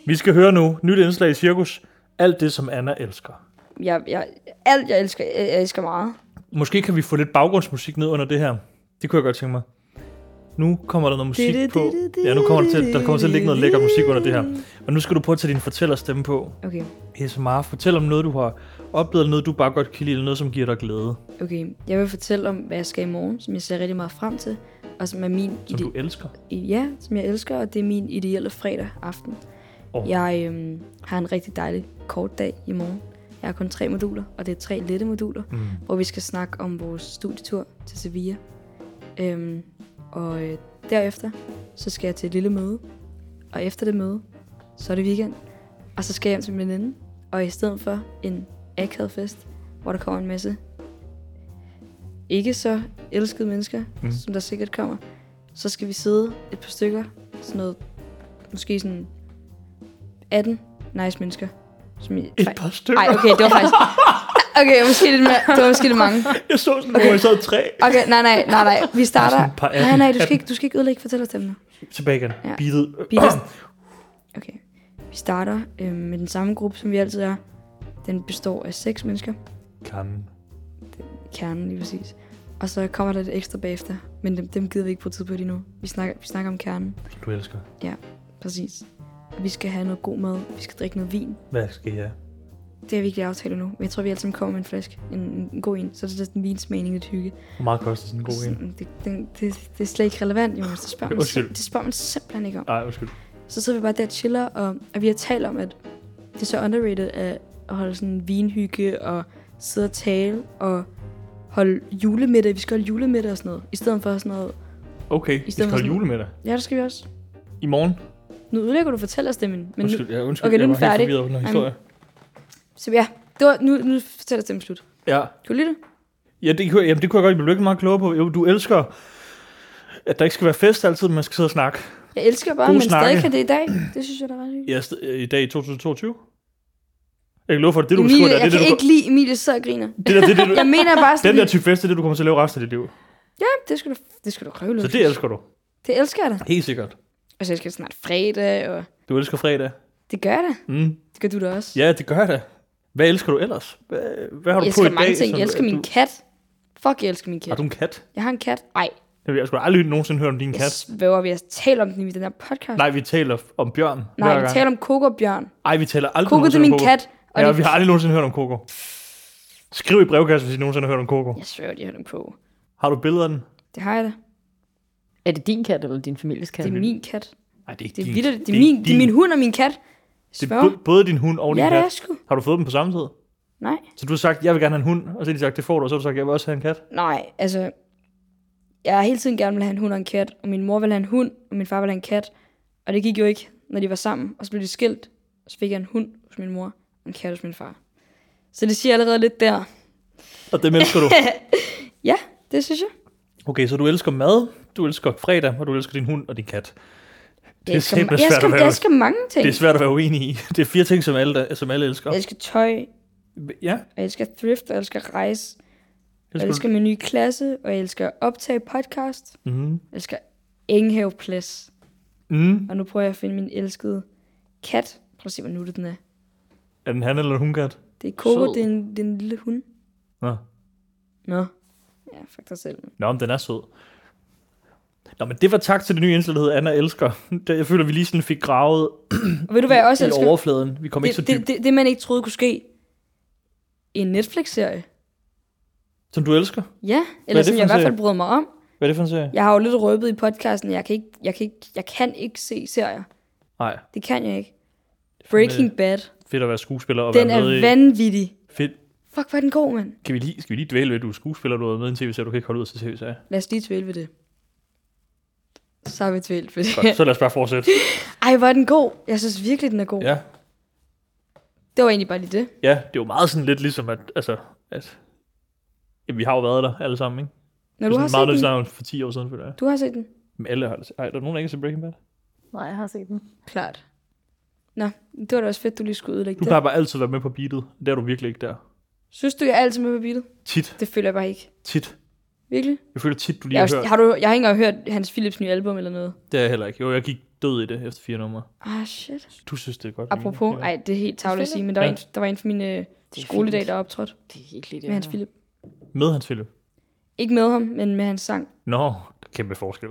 vi skal høre nu nyt indslag i Cirkus. Alt det, som Anna elsker.
Jeg, jeg, alt, jeg elsker, jeg, jeg elsker meget.
Måske kan vi få lidt baggrundsmusik ned under det her. Det kunne jeg godt tænke mig. Nu kommer der noget musik på. Ja, nu kommer der til, der kommer til at ligge noget lækker musik under det her. Og nu skal du prøve at tage din fortællerstemme på.
Okay.
ASMR, fortæl om noget, du har oplevet, eller noget, du bare godt kan lide, eller noget, som giver dig glæde,
Okay, jeg vil fortælle om, hvad jeg skal i morgen, som jeg ser rigtig meget frem til, og som er min
som
ide-
du elsker.
i- ja, som jeg elsker, og det er min ideelle fredag aften.
Åh.
Oh. Jeg øhm, har en rigtig dejlig kort dag i morgen. Jeg har kun tre moduler, og det er tre lette moduler, mm. hvor vi skal snakke om vores studietur til Sevilla. Øhm, og øh, derefter, så skal jeg til et lille møde, og efter det møde, så er det weekend, og så skal jeg hjem til min veninde, og i stedet for en akavet fest, hvor der kommer en masse ikke så elskede mennesker, mm. som der sikkert kommer, så skal vi sidde et par stykker, sådan noget, måske sådan 18 nice mennesker. Som I,
Et par stykker.
Ej, okay, det var faktisk... Okay, måske lidt mere, det var måske lidt mange.
Jeg så sådan, okay. hvor jeg sad tre.
Okay, nej, nej, nej, nej, vi
Sådan et par
starter...
atten-
Nej, nej, du
atten.
skal ikke, du skal ikke ødelægge fortællerstemmen.
Tilbage igen. Ja.
Ja.
Beatet.
Beatet. Okay. Vi starter øh, med den samme gruppe, som vi altid er. Den består af seks mennesker.
Kan.
Kernen lige præcis. Og så kommer der lidt ekstra bagefter. Men dem, dem gider vi ikke bruge tid på lige nu. Vi snakker, vi snakker om kernen.
Som du elsker.
Ja, præcis. Og vi skal have noget god mad. Vi skal drikke noget vin.
Hvad skal jeg?
Det har vi ikke lige aftalt endnu. Men jeg tror, vi alle sammen kommer med en flaske. En, en, en god en. Så er det sådan en vinsmagning lidt hygge.
Hvor meget koster sådan en god en?
Sådan, Det, det, det, det, er slet ikke relevant, Jonas. Det spørger,
Okay,
man,
undskyld.
sim- det spørger man simpelthen ikke om.
Nej, undskyld.
Så sidder vi bare der og chiller, og, og vi har talt om, at det er så underrated at at holde sådan en vinhygge og sidde og tale og holde julemiddag. Vi skal holde julemiddag og sådan noget. I stedet for sådan noget.
Okay, vi
stedet
skal
for
holde
sådan-
julemiddag.
Ja, det skal vi også.
I morgen.
Nu udlægger du fortællerstemmen. Men nu,
Undskyld, ja, undskyld.
Okay, nu er
jeg
den
var helt
færdig.
forvirret under
Jamen.
historie.
så ja, det var, nu, nu fortæller stemmen slut.
Ja.
Kan du lide det?
Ja, det, kunne- jamen, det kunne jeg godt blive ikke meget klogere på. Jo, du elsker, at der ikke skal være fest altid, man skal sidde og snakke.
Jeg elsker bare,
Gode
men
snakke.
stadig kan det i dag. Det synes jeg, der er ret hyggeligt.
Ja, st- øh, i dag i 2022. Jeg kan love for, at det, du beskriver,
Emilie,
der,
jeg
det, er
kan
det, du,
ikke lide Emilie sidder og griner.
det, der, det, er det,
Jeg
du,
mener bare
den
sådan,
der type fest, det er det, du kommer til at lave resten af dit liv.
det skal du, det skal du røvle.
Så det elsker du.
det elsker jeg da.
Helt sikkert.
Og så elsker jeg snart fredag, og
Du elsker fredag.
det gør jeg da.
Mm.
Det gør du da også.
Ja, det gør jeg da. Hvad elsker du ellers? Hvad, hvad har du
Jeg
på i
elsker
dag?
mange ting.
som-
Jeg elsker min
du-
kat. Fuck, jeg elsker min
Har
kat.
du en kat?
Jeg har en kat. Ej,
Jeg har sgu aldrig nogensinde hørt om din
jeg
kat.
svæver, vi har talt om den i den her podcast.
Nej, vi taler f- om bjørn
Nej
hver
vi
gang.
taler om Coco og Bjørn.
Ej, vi taler aldrig
Coco, det er
nogensinde om
min kat. Og
Ja,
det...
vi har aldrig nogensinde hørt om Coco. Skriv i brevkassen, hvis I nogensinde har hørt om Coco.
Jeg svæver, de har dem på.
Har du billeder af den?
Det har jeg da.
Er det din kat eller din families kat?
Det er min kat.
Nej, det er ikke
Det er,
din.
vildt, det, er min, det er min hund og min kat.
Det
Spørg.
er bo- både din hund og din
Ja, det
kat.
er jeg sgu.
Har du fået dem på samme tid?
Nej.
Så du har sagt, jeg vil gerne have en hund, og så har de sagt, det får du, og så har du sagt, jeg vil også have en kat.
Nej, altså... Jeg har hele tiden gerne vil have en hund og en kat, og min mor ville have en hund, og min far ville have en kat. Og det gik jo ikke, når de var sammen, og så blev de skilt. Og så fik jeg en hund hos min mor, og en kat hos min far. Så det siger allerede lidt der.
Og det elsker du.
Ja, det synes jeg.
Okay, så du elsker mad, du elsker fredag, og du elsker din hund og din kat. Det
Jeg
er
elsker,
satme
jeg
svært
elsker,
at være-
jeg elsker mange ting.
Det er svært at være uenig i. Det er fire ting, som alle, der- som alle elsker.
Jeg elsker tøj,
Ja,
og jeg elsker thrift, og jeg elsker rejse. Jeg
elsker
elsker min nye klasse, og jeg elsker at optage podcast.
du. Mm.
Jeg elsker Engehave Plads.
Mm.
Og nu prøver jeg at finde min elskede kat. Prøv at se, hvor nuttet den er.
Er den han eller hun kat?
Det er Coco,
Sød.
det er, en, det er en lille hund.
Nå.
Nå. Ja, fuck dig selv.
Nå, men den er sød. Nå, men det var tak til det nye indslag, der hedder Anna elsker. Det- Jeg føler, vi lige sådan fik gravet
Og ved du, hvad jeg også
i
elsker?
overfladen. Vi kom ikke så
Det,
dybt.
det, det, det, man ikke troede kunne ske. En Netflix-serie.
Som du elsker?
Ja, eller
det
som
for
jeg i
en
hvert fald
serie?
bryder mig om.
Hvad er det for en serie?
Jeg har jo lidt røbet i podcasten, jeg kan ikke, jeg kan ikke, jeg kan ikke se serier.
Nej,
Det kan jeg ikke. Breaking Bad.
fedt at være skuespiller og
Den
være
er
med i...
vanvittig.
Fedt.
Fuck, hvor er den god, mand.
Kan vi lige, skal vi lige dvæle ved, at du er skuespiller, du har været med i en tv-serie, du kan ikke holde ud til tv-serie.
Lad os lige tvæle ved det. Så er vi tvælt ved
Godt,
det.
så lad os bare fortsætte.
Ej, hvor er den god. Jeg synes virkelig, den er god. Ja.
Ja,
Det var egentlig bare lige det.
ja, det er jo meget sådan lidt ligesom, at, altså, at ja, vi har jo været der alle sammen, ikke?
Når
det
du
er
har
sådan meget,
set den.
når vi snakker om for 10 år siden, føler jeg.
Du har set den.
Men alle har det. Ej, der er nogen, der ikke har set Breaking Bad.
Nej, jeg har set den.
Klart. Nå, det var da også fedt, du lige skulle udlægge
Du
det.
plejer bare altid at være med på beatet. Det er du virkelig ikke der.
Synes du, jeg er altid med på beatet?
Tit,
Det føler jeg bare ikke.
tit.
Virkelig?
Jeg føler tit, du lige
Jeg,
har
har,
hørt.
har, du, jeg har ikke engang hørt Hans Philips nye album eller noget.
Det er jeg heller ikke. Jo, jeg gik død i det efter fire numre.
Ah, shit.
Du synes, det er godt.
Apropos,
Emilie.
ej, det er helt tavligt at sige, men der var,
Ja.
en, der var en fra mine øh,
er
skoledag,
fint.
der optrådte
Det er helt lidt.
med Hans Philip.
Med hans film.
Ikke med ham, men med hans sang.
Nå, kæmpe forskel.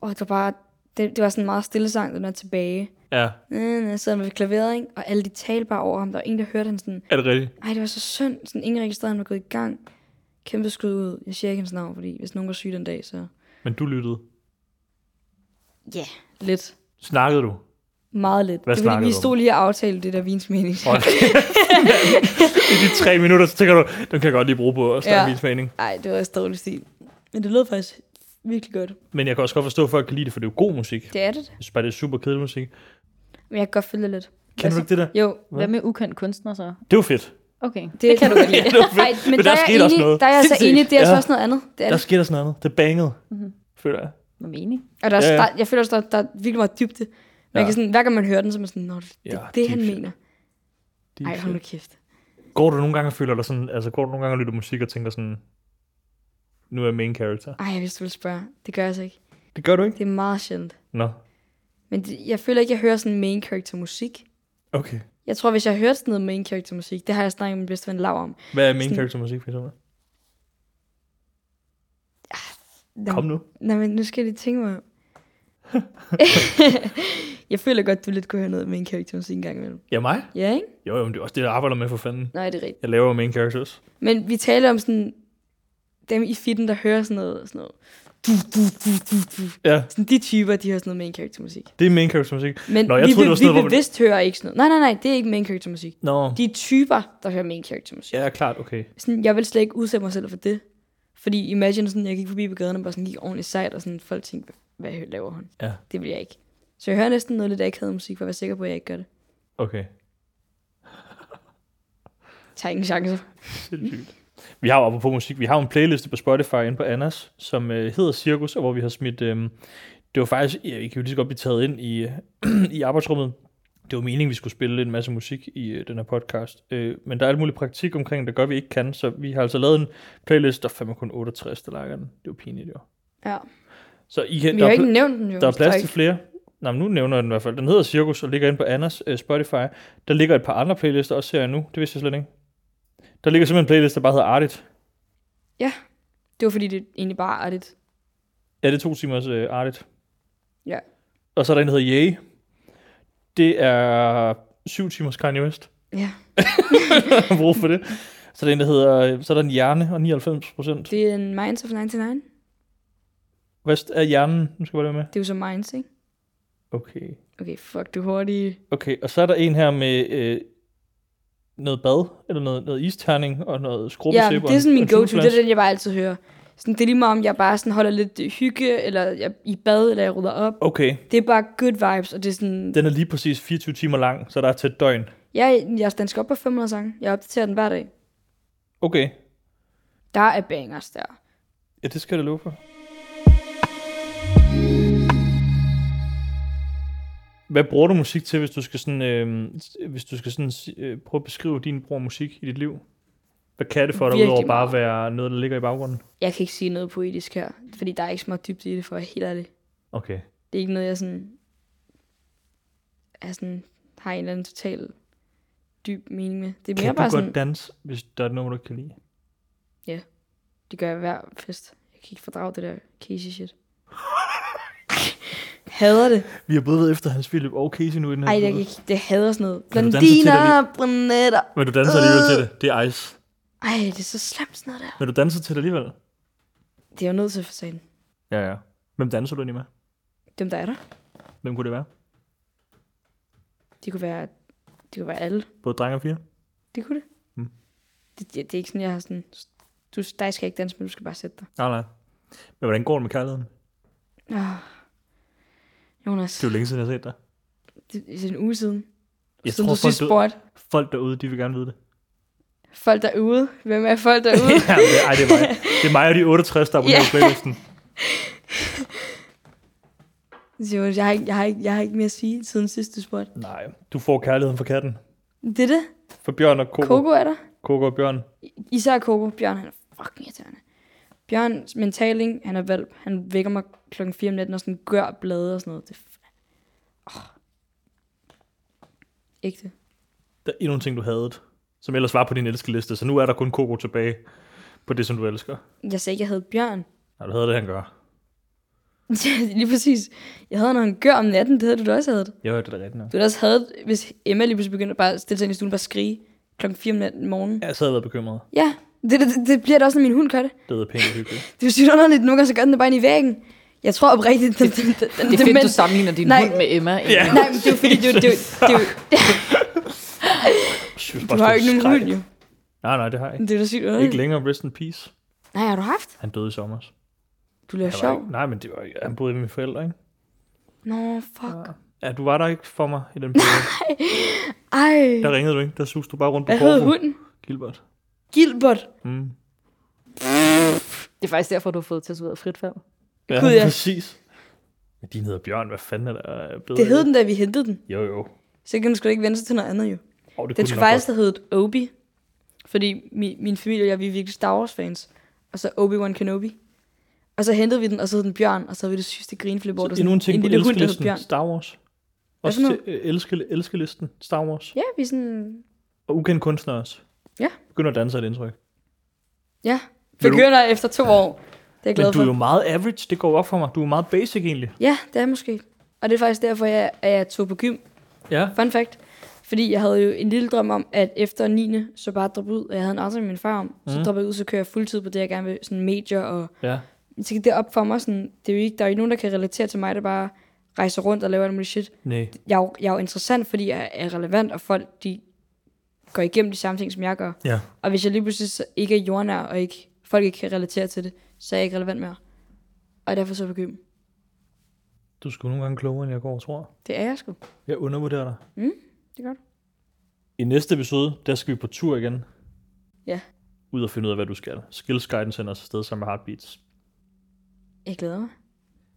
Og det var bare, det, det var sådan en meget stille sang, den er tilbage.
Ja,
Øh, øh, sidder han ved klaveret, ikke? Og alle de talte bare over ham. Der var ingen, der hørte han sådan,
er det rigtigt?
ej, det var så synd. Sådan, ingen registrerede, han var gået i gang. Kæmpe skud ud. Jeg siger ikke hans navn, fordi hvis nogen var syg den dag, så...
Men du lyttede.
Ja, yeah. lidt.
Snakkede du?
Meget lidt.
Hvad
det er fordi,
snakkede
vi
du om?
stod lige og aftalte det der vinsmening.
Hold I de tre minutter, så tænker du, den kan jeg godt lige bruge på at starte
Ja.
ja. min mening.
Nej, det var også dårlig stil. Men det lød faktisk virkelig godt.
Men jeg kan også godt forstå, at folk kan lide det, for det er jo god musik.
Det er det.
Jeg synes bare, det er super kedelig musik.
Men jeg kan godt følge det lidt. Altså,
Kender du ikke det der?
Jo,
Hvad med ukendt kunstner så?
Det var fedt.
Altså-
Okay, det,
det
det kan du godt lide.
Det var fedt.
Ej,
Men
men, men der,
der
er jeg
skete også
enig,
noget.
der er jeg så
Sindssygt.
enig, det er altså
Ja.
også noget andet. Det er
Der
det.
sker der sådan noget. Det bangede,
Mhm.
føler jeg.
Hvad mening?
Og der, er,
Ja, ja.
der, jeg føler også, der, der er virkelig meget dybde. Man
Ja.
kan sådan, hver gang man hører den, så er man sådan, Nå, det
Ja,
er det, han
deep shit.
mener.
Det er
Ej, hold nu
fedt.
kæft.
Går du nogle gange og føler dig sådan, altså går du nogle gange og lytter musik og tænker sådan, nu er jeg main character.
Ej, jeg vidste, du ville spørge. Det gør jeg så ikke.
Det gør du ikke?
Det er meget sjældent.
Nå,
Men det, jeg føler ikke, jeg hører sådan main character musik.
okay.
Jeg tror, hvis jeg hørte sådan noget main character musik, det har jeg snakket med min bedste ven Lav om.
Hvad er main
Sådan-
character musik for eksempel?
Nå,
Kom nu.
Nej, men nu skal jeg lige tænke mig om. jeg føler godt, du lidt kunne høre noget main character musik en gang imellem.
Ja, mig?
Ja, ikke?
Jo, jo, men det er også det, jeg arbejder med for fanden.
Nej, det er rigtigt.
Jeg laver main characters.
Men vi taler om sådan dem i fitten, der hører sådan noget. Sådan, noget.
Ja,
sådan de typer, de hører sådan noget main character musik.
det er main character musik.
Men
Nå, jeg
vi,
troede, det var sådan noget,
vi
hvor man-
bevidst hører ikke sådan noget. Nej, nej, nej, det er ikke main character musik.
Nå,
De er typer, der hører main character musik.
ja, klart, okay.
Sådan, jeg vil slet ikke udsætte mig selv for det. Fordi imagine sådan, jeg gik forbi på gaden og bare sådan gik ordentligt sejt, og sådan folk tænkte, hvad laver hun?
Ja.
Det vil jeg ikke. Så jeg hører næsten noget lidt akavet musik, for at være sikker på, at jeg ikke gør det.
Okay,
Tag ingen chancer.
sindssygt. Vi har jo apropos musik, vi har jo en playliste på Spotify inde på Annas, som øh, hedder Cirkus, og hvor vi har smidt, øh, det var faktisk, ja, vi kan jo lige så godt blive taget ind i, i arbejdsrummet. Det var meningen, vi skulle spille en masse musik i øh, den her podcast, øh, men der er alt muligt praktik omkring, der gør, vi ikke kan, så vi har altså lavet en playlist, der er fandme kun 68, der lager den. Det er jo pinligt, jo.
Ja.
Så I kan,
Men
der er
jeg har
pla-
ikke nævnt den jo.
Der er plads
Så
til
ikke-
flere. Nå, men nu nævner jeg den i hvert fald. Den hedder Cirkus og ligger inde på Annas øh, Spotify. Der ligger et par andre playlister, også ser jeg nu. Det vidste jeg slet ikke. Der ligger simpelthen en playlist, der bare hedder Artit.
Ja. Det var fordi, det egentlig bare er lidt...
Ja, det er to timers øh, artigt.
Ja.
Og så er der en, der hedder Ye. Det er syv timers Kanye West.
Ja,
Jeg har brug for det. Så er der en, der hedder, øh, så er der en hjerne og 99 procent.
det er en Minds of 99.
Hvad er hjernen? Nu skal jeg bare lige med.
Det er jo så Minds, ikke?
Okay.
Okay, fuck, du er hurtig.
Okay, og så er der en her med øh, noget bad, eller noget, noget isterning og noget
Ja,
skrubbesæb.
det er sådan min go-to. Det er den, jeg bare altid hører. Sådan, det er lige meget, om jeg bare sådan holder lidt hygge, eller jeg i bad, eller jeg rydder op.
Okay,
Det er bare good vibes, og det er sådan...
den er lige præcis 24 timer lang, så der er til et døgn.
Jeg, jeg den skal op på 500 sange. Jeg opdaterer den hver dag.
Okay,
Der er bangers der.
ja, det skal jeg da love for. Hvad bruger du musik til, hvis du skal sådan, øh, hvis du skal sådan, si- øh, prøve at beskrive din brug af musik i dit liv? Hvad kan det for dig,
Virkelig
udover bare at være noget, der ligger i baggrunden?
Jeg kan ikke sige noget poetisk her, fordi der er ikke så meget dybt i det, for at være helt ærlig.
Okay.
Det er ikke noget, jeg sådan, er sådan, har en eller anden total dyb mening med. Det er mere
Kan du
bare
godt
sådan,
sådan... danse, hvis der er et nummer, du ikke kan lide?
det gør jeg hver fest. Jeg kan ikke fordrage det der Casey shit. hader det.
Vi har både været efter Hans Philip og Casey nu i den her
Ej, jeg
episode.
kan ikke, det hader sådan noget.
Men du danser til det
Blondiner, brunetter.
Men du danser alligevel
Øh.
til det. Det er ice.
Ej, det er så slemt sådan noget der.
Men du danser til det alligevel.
Det er jeg jo nødt til for sagen.
Ja, ja. Hvem danser du egentlig med?
Dem, der er der.
Hvem kunne det være?
Det kunne være, det kunne være alle.
Både drenge og piger?
Det kunne det.
Mm.
Det, det, det, er ikke sådan, jeg har sådan... Du, dig skal ikke danse, men du skal bare sætte dig.
Nej, nej. Men hvordan går det med kærligheden?
Oh. Jonas,
Det er jo længe siden, jeg har set dig.
det, det er en uge siden.
Jeg
siden
tror,
du
folk,
sidst
du,
spurgte
folk derude, de vil gerne vide det.
folk derude. Hvem er folk derude?
ja, men- ej, det er mig. Det er mig og de 68, der abonnerer
Ja.
yeah. på playlisten.
Så Jonas, jeg har, ikke, jeg, har ikke, jeg har ikke mere at sige siden sidst, du spurgte.
Nej, du får kærligheden fra katten.
Det er det.
For Bjørn og Coco. Coco,
Coco er der.
Coco og Bjørn.
Især Coco. Bjørn, han er fucking irriterende. Bjørns mentaling, han er valp. Han vækker mig klokken 4 om natten og sådan gør blade og sådan noget. Det er f- oh. Ægte.
Der er endnu en ting, du havde, som ellers var på din elskeliste. Så nu er der kun Coco tilbage på det, som du elsker.
Jeg sagde ikke, jeg havde Bjørn.
Nej, du havde det, han gør.
Ja, lige præcis. Jeg havde noget, han gør om natten, det havde du da også hadet.
Jo, det er da rigtigt nok.
Du havde også hadet, hvis Emma lige pludselig begyndte bare at stille sig ind i stuen og bare skrige klokken 4 om natten morgenen.
Jeg sad og været bekymret.
Ja, det, det, det bliver da også, når min hund gør det.
Det er pænt hyggeligt.
Det er jo sygt underligt, nogle gange så gør den det bare ind i væggen. Jeg tror oprigtigt, den, den, den, den,
Det er fedt,
men-
du sammenligner din
Nej.
hund med Emma.
Ja.
egentlig.
Nej, men det er jo fordi, det, er jo- det, er jo- det, er jo-
Jeg synes
du
bare,
har jo
det
ikke
var skræk.
nogen hund jo.
Nej, nej, det har jeg ikke.
Det er da sygt
Ikke
underligt.
længere rest in peace.
Nej, har du haft?
Han døde i sommer.
Du laver
Han var
sjov.
Ikke, nej, men det var, han boede med mine forældre, ikke?
Nå, fuck.
Ja, du var der ikke for mig i den periode.
Ej,
Der ringede du ikke. Der suste du bare rundt på
hvad hed
Korfu.
hunden?
Gilbert.
Gilbert.
Mm.
Det er faktisk derfor, du har fået tatoveret frit fald.
Ja,
Gud, ja.
præcis. Men din hedder Bjørn. Hvad fanden er der bedre?
Det hed
i
den, da vi hentede den.
Jo, jo.
Så kan den sgu da ikke vende sig til noget andet jo.
Oh, det
Den
kunne
skulle
nok
faktisk have heddet Obi. Fordi min, min familie og jeg, vi er virkelig Star Wars fans. Og så Obi-Wan Kenobi. Og så hentede vi den, og så hed den Bjørn, og så havde vi det sygeste grin, for det
godt.
var
Så endnu en ting
en
på
lille hund, der hed
elskelisten.
Bjørn.
Star Wars.
Hvad
Også
for
til øh, elske, elskelisten. Star Wars.
Ja, vi er sådan...
Og ukendt kunstner også.
Ja.
Begynder at danse er et indtryk.
Ja,
Vil du-
begynder efter to år. Det er jeg glad
Men du
for.
er jo meget average. Det går op for mig. Du er meget basic egentlig.
Ja, det er måske. Og det er faktisk derfor, jeg, at jeg tog på gym.
Ja.
Fun fact. Fordi jeg havde jo en lille drøm om, at efter 9. så bare droppe ud, og jeg havde en aftale med min far om. Så
Mhm.
dropper jeg ud, så kører jeg fuldtid på det, jeg gerne vil, sådan major og
Ja.
så gik det op for mig, sådan, det er jo ikke, der er jo ikke nogen, der kan relatere til mig, der bare rejser rundt og laver alt muligt shit.
Nej.
Jeg er, jo, jeg er jo interessant, fordi jeg er relevant, og folk, de går igennem de samme ting, som jeg gør.
Ja.
Og hvis jeg lige pludselig så ikke er jordnær, og ikke, folk ikke kan relatere til det, så er jeg ikke relevant mere. Og derfor så på gym.
Du skulle nogle gange klogere, end jeg går, tror jeg.
Det er jeg sgu.
Jeg undervurderer dig.
Mm, det gør du.
I næste episode, der skal vi på tur igen.
Ja.
Ud og finde ud af, hvad du skal. Skills Guidance sender os afsted sammen med Heartbeats.
Jeg glæder mig.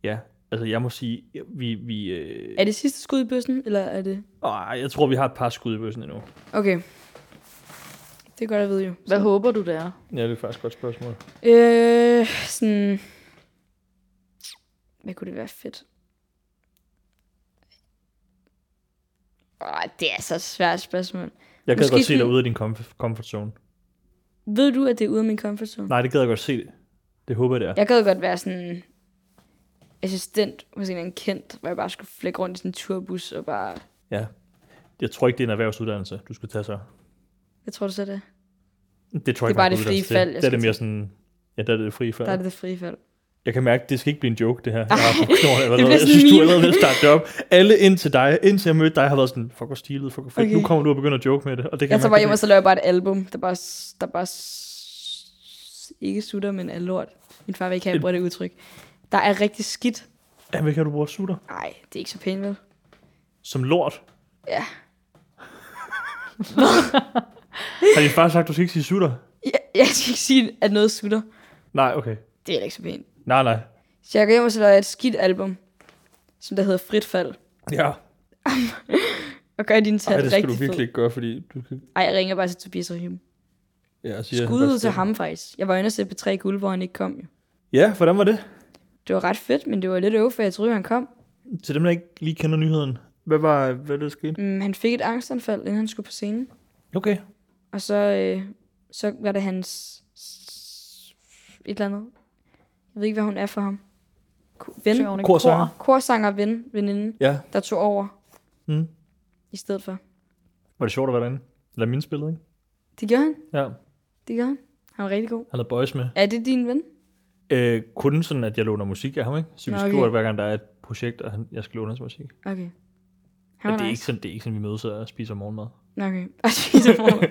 Ja, altså jeg må sige, vi... vi øh...
Er det sidste skud i bøssen, eller er det...
åh, jeg tror, vi har et par skud i bøssen endnu.
Okay. Det er godt at vide jo.
Hvad håber du, det er?
Ja, det er faktisk et godt spørgsmål.
Øh, sådan... Hvad kunne det være fedt? Åh, det er så svært et spørgsmål.
Jeg kan
Måske
godt se
sådan-
dig ude af din comf- comfort zone.
Ved du, at det er ude af min comfort zone?
Nej, det kan jeg godt se. Det håber jeg, det er.
Jeg gad godt være sådan assistent hos en eller anden kendt, hvor jeg bare skulle flække rundt i sådan en turbus og bare...
Ja. Jeg tror ikke, det er en erhvervsuddannelse, du skal tage så.
Jeg tror, du så det.
Det tror
Det er
jeg ikke,
bare
man
det
kan
frie
uddanne sig til.
fald, jeg
Der er
skal
det mere sådan... Ja, der er det frie fald.
Der er det det frie fald.
Jeg kan mærke, det skal ikke blive en joke, det her. Jeg, har på knoren allerede.
bliver
jeg
sådan
synes,
en
du er
meme.
allerede ved at starte det op. Alle ind til dig, indtil jeg mødte dig, har været sådan, fuck, hvor stilet, fuck, hvor fedt.
Okay. Altså,
Okay. Nu kommer du og begynder at joke med det. Og det kan
Jeg
mærke,
tager bare
det
hjem, og
bliver-
så laver jeg bare et album, der bare, s- der bare s- ikke sutter, men er lort. Min far vil ikke have, at jeg bruger det udtryk. Der er rigtig skidt.
Ja, hvad kan du bruge sutter?
Nej, det er ikke så pænt, vel?
Som lort.
Ja.
Har din far sagt, du skal ikke sige sutter?
Jeg, jeg skal ikke sige, at noget sutter.
Nej, okay.
Det er heller ikke så pænt.
Nej, nej.
Så jeg går hjem, og så laver jeg et skidt album, som der hedder Frit Fald.
Ja,
Og gør din tand
Ej,
rigtig
det skal du
fed.
virkelig ikke gøre, fordi du kan...
Ej, jeg ringer bare til Tobias Rahim.
Ja, og siger,
Ja,
at han
Skud
bare
ud til
skal-
ham faktisk. Jeg var inde og se på tre guld, hvor han ikke kom jo.
Ja, hvordan var det?
Det var ret fedt, men det var lidt øv, for jeg troede, han kom.
Til dem, der ikke lige kender nyheden. Hvad var hvad der skete?
Mm, han fik et angstanfald, inden han skulle på scenen.
Okay.
Og så, øh, så var det hans... Et eller andet. Jeg ved ikke, hvad hun er for ham. Ko- Ven.
Synger hun ikke
Korsanger.
Korsanger ven, veninde,
Ja.
der tog over
Mm.
i stedet for.
Var det sjovt at være derinde? Eller min spillet, ikke?
Det gjorde han.
Ja.
Det gjorde han. Han var rigtig god.
Han havde boys med.
Er det din ven?
Øh, kun sådan, at jeg låner musik af ham, ikke? Så vi
Nå,
okay.
okay.
skriver, at hver gang der er et projekt, og han, jeg skal låne hans musik.
Okay. Han
Men
var
det er, ikke
nice.
sådan, det er ikke sådan, vi mødes og spiser morgenmad.
Nå, okay. Og spiser morgen.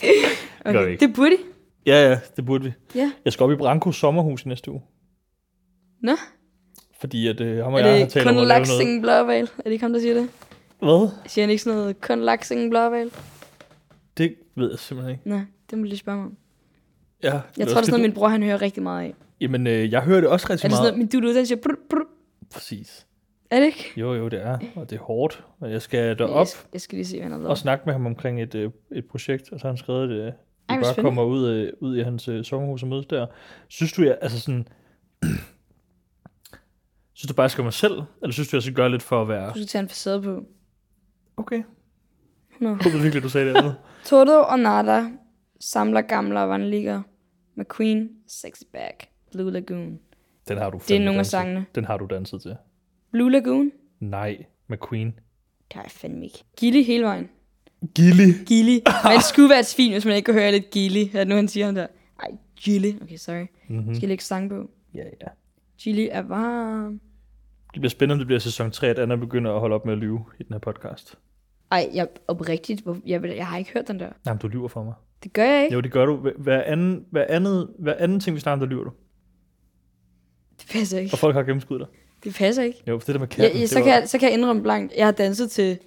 gør vi
okay.
ikke.
Det burde I.
Ja, ja, det burde vi.
Ja.
Jeg skal op i Brankos sommerhus i næste uge.
Nå.
Fordi at, øh, ham og
Er
jeg har
det
talt om
kun
at lave noget.
laksingen blåval? Er det ikke ham, der siger det?
Hvad?
Siger han ikke sådan noget, kun laksingen blåval?
Det ved jeg simpelthen ikke.
Nå, det må du lige spørge mig om.
Ja,
Jeg tror, det er sådan noget, min bror han hører rigtig meget af.
Jamen, øh, jeg hører det også
Er
rigtig
det sådan
meget.
noget, min dude den siger, brr, brr.
Præcis.
er det ikke?
Jo, jo, det er. Og det er hårdt. Men jeg skal
Jeg,
derop
skal- jeg skal lige se, hvad han har
og
lavet.
snakke med ham omkring et, øh, et projekt, og så har han skrevet det. Øh, vi
hvor
bare
spændende.
kommer ud, øh, ud i hans øh, sommerhus og mødes der. Synes du, jeg, altså sådan... synes du bare, jeg skal være mig selv? Eller synes du, jeg skal gøre lidt for at være...
Du skal tage en facade på.
Okay.
Nå.
Jeg håber virkelig, du sagde det andet.
Toto og Nada samler gamle og vandligger. McQueen, Sexy Back, Blue Lagoon.
Den har du
Det er
fandme
nogle af
danset.
sangene.
Den har du danset til.
Blue Lagoon?
Nej, McQueen.
Det har jeg fandme ikke. Gilly hele vejen.
Gilly.
Gilly. Man skulle være et svin, hvis man ikke kunne høre lidt Gilly. Er det nu, han siger han der? Ej, Gilly. Okay, sorry.
Mm-hmm.
Skal jeg lægge sang på?
Ja, ja.
Gilly er varm.
Det bliver spændende, om det bliver sæson 3, at Anna begynder at holde op med at lyve i den her podcast.
Ej, jeg oprigtigt. hvor- Jeg, vil- jeg har ikke hørt den der.
Nej, men du lyver for mig.
Det gør jeg ikke.
Jo, det gør du. Hver- Hver anden, hver andet, hver anden ting, vi snakker om, der lyver du.
Det passer ikke.
Og folk har gennemskuddet dig.
Det passer ikke.
Jo, for det der med
Ja,
katten.
ja, så,
det
kan jeg, så kan jeg indrømme blankt. Jeg har danset til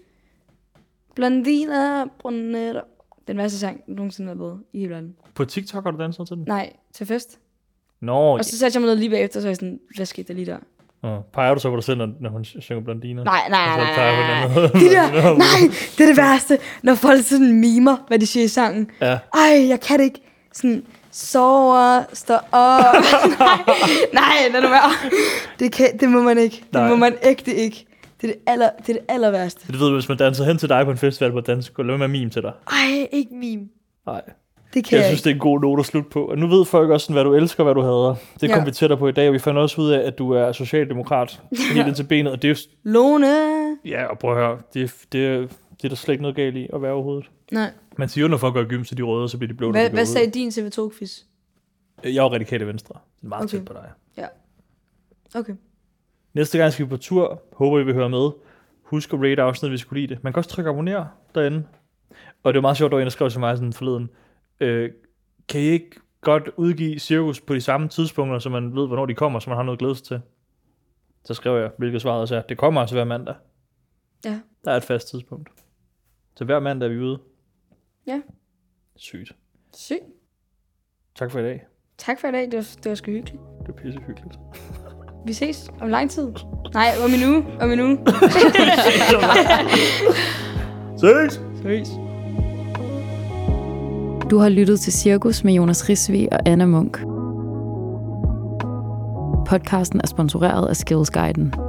Blondiner, Brunetter. Den værste sang, der nogensinde er blevet i hele verden.
På TikTok har du danset til den?
Nej, til fest.
Nå,
Og så satte jeg mig ned lige bagefter, så var jeg sådan, hvad skete der lige der?
ja. peger du så på dig selv, når, når hun synger blondiner?
Nej, nej,
Og
nej,
så
nej,
peger
nej,
hun
nej.
ned.
Det der, nej, det er det værste, når folk sådan mimer, hvad de siger i sangen.
Ja.
Ej, jeg kan det ikke. Sådan, sover, står op. nej, nej, lad nu være. Det, kan, det må man ikke. Det
Nej.
må man ægte ikke. Det er det, aller, det er det aller værste.
Det ved du, hvis man danser hen til dig på en festival på dansk, gå lad med meme til dig.
Ej, ikke meme.
Nej.
Det kan jeg,
Jeg synes,
ikke.
det er en god note at slutte på. Og nu ved folk også, sådan, hvad du elsker og hvad du hader. Det kom
Ja.
vi tættere på i dag, og vi fandt også ud af, at du er socialdemokrat. Lige ind til benet, og det er jo...
Lone.
Ja, og prøv at høre, det, er- det, er- det er der slet ikke noget galt i at være overhovedet.
Nej.
Man siger jo, når folk gør gym, så er de røde, og så bliver de blå, når de
Hvad,
går
hvad
ud.
sagde din TV2-quiz?
Jeg er jo radikale venstre. Det er meget
Okay.
okay. tæt på dig.
Okay.
Næste gang skal vi på tur. Håber, I vil høre med. Husk at rate afsnittet, hvis I kunne lide det. Man kan også trykke abonner derinde. Og det var meget sjovt, at der var en, der skrev til mig sådan forleden. Øh, kan I ikke godt udgive cirkus på de samme tidspunkter, så man ved, hvornår de kommer, så man har noget glædes til? Så skrev jeg, hvilket svaret også er, det kommer altså hver mandag.
Ja.
Der er et fast tidspunkt. Så hver mandag er vi ude.
Ja.
Sygt.
Sygt.
Tak for i dag.
Tak for i dag. Det var, det var sgu hyggeligt.
Det var pissehyggeligt.
Vi ses om lang tid. Nej, om en uge. Om en uge.
Ses!
Seriøst.
Du har lyttet til Cirkus med Jonas Risvi og Anna Munk. Podcasten er sponsoreret af Skills Guiden.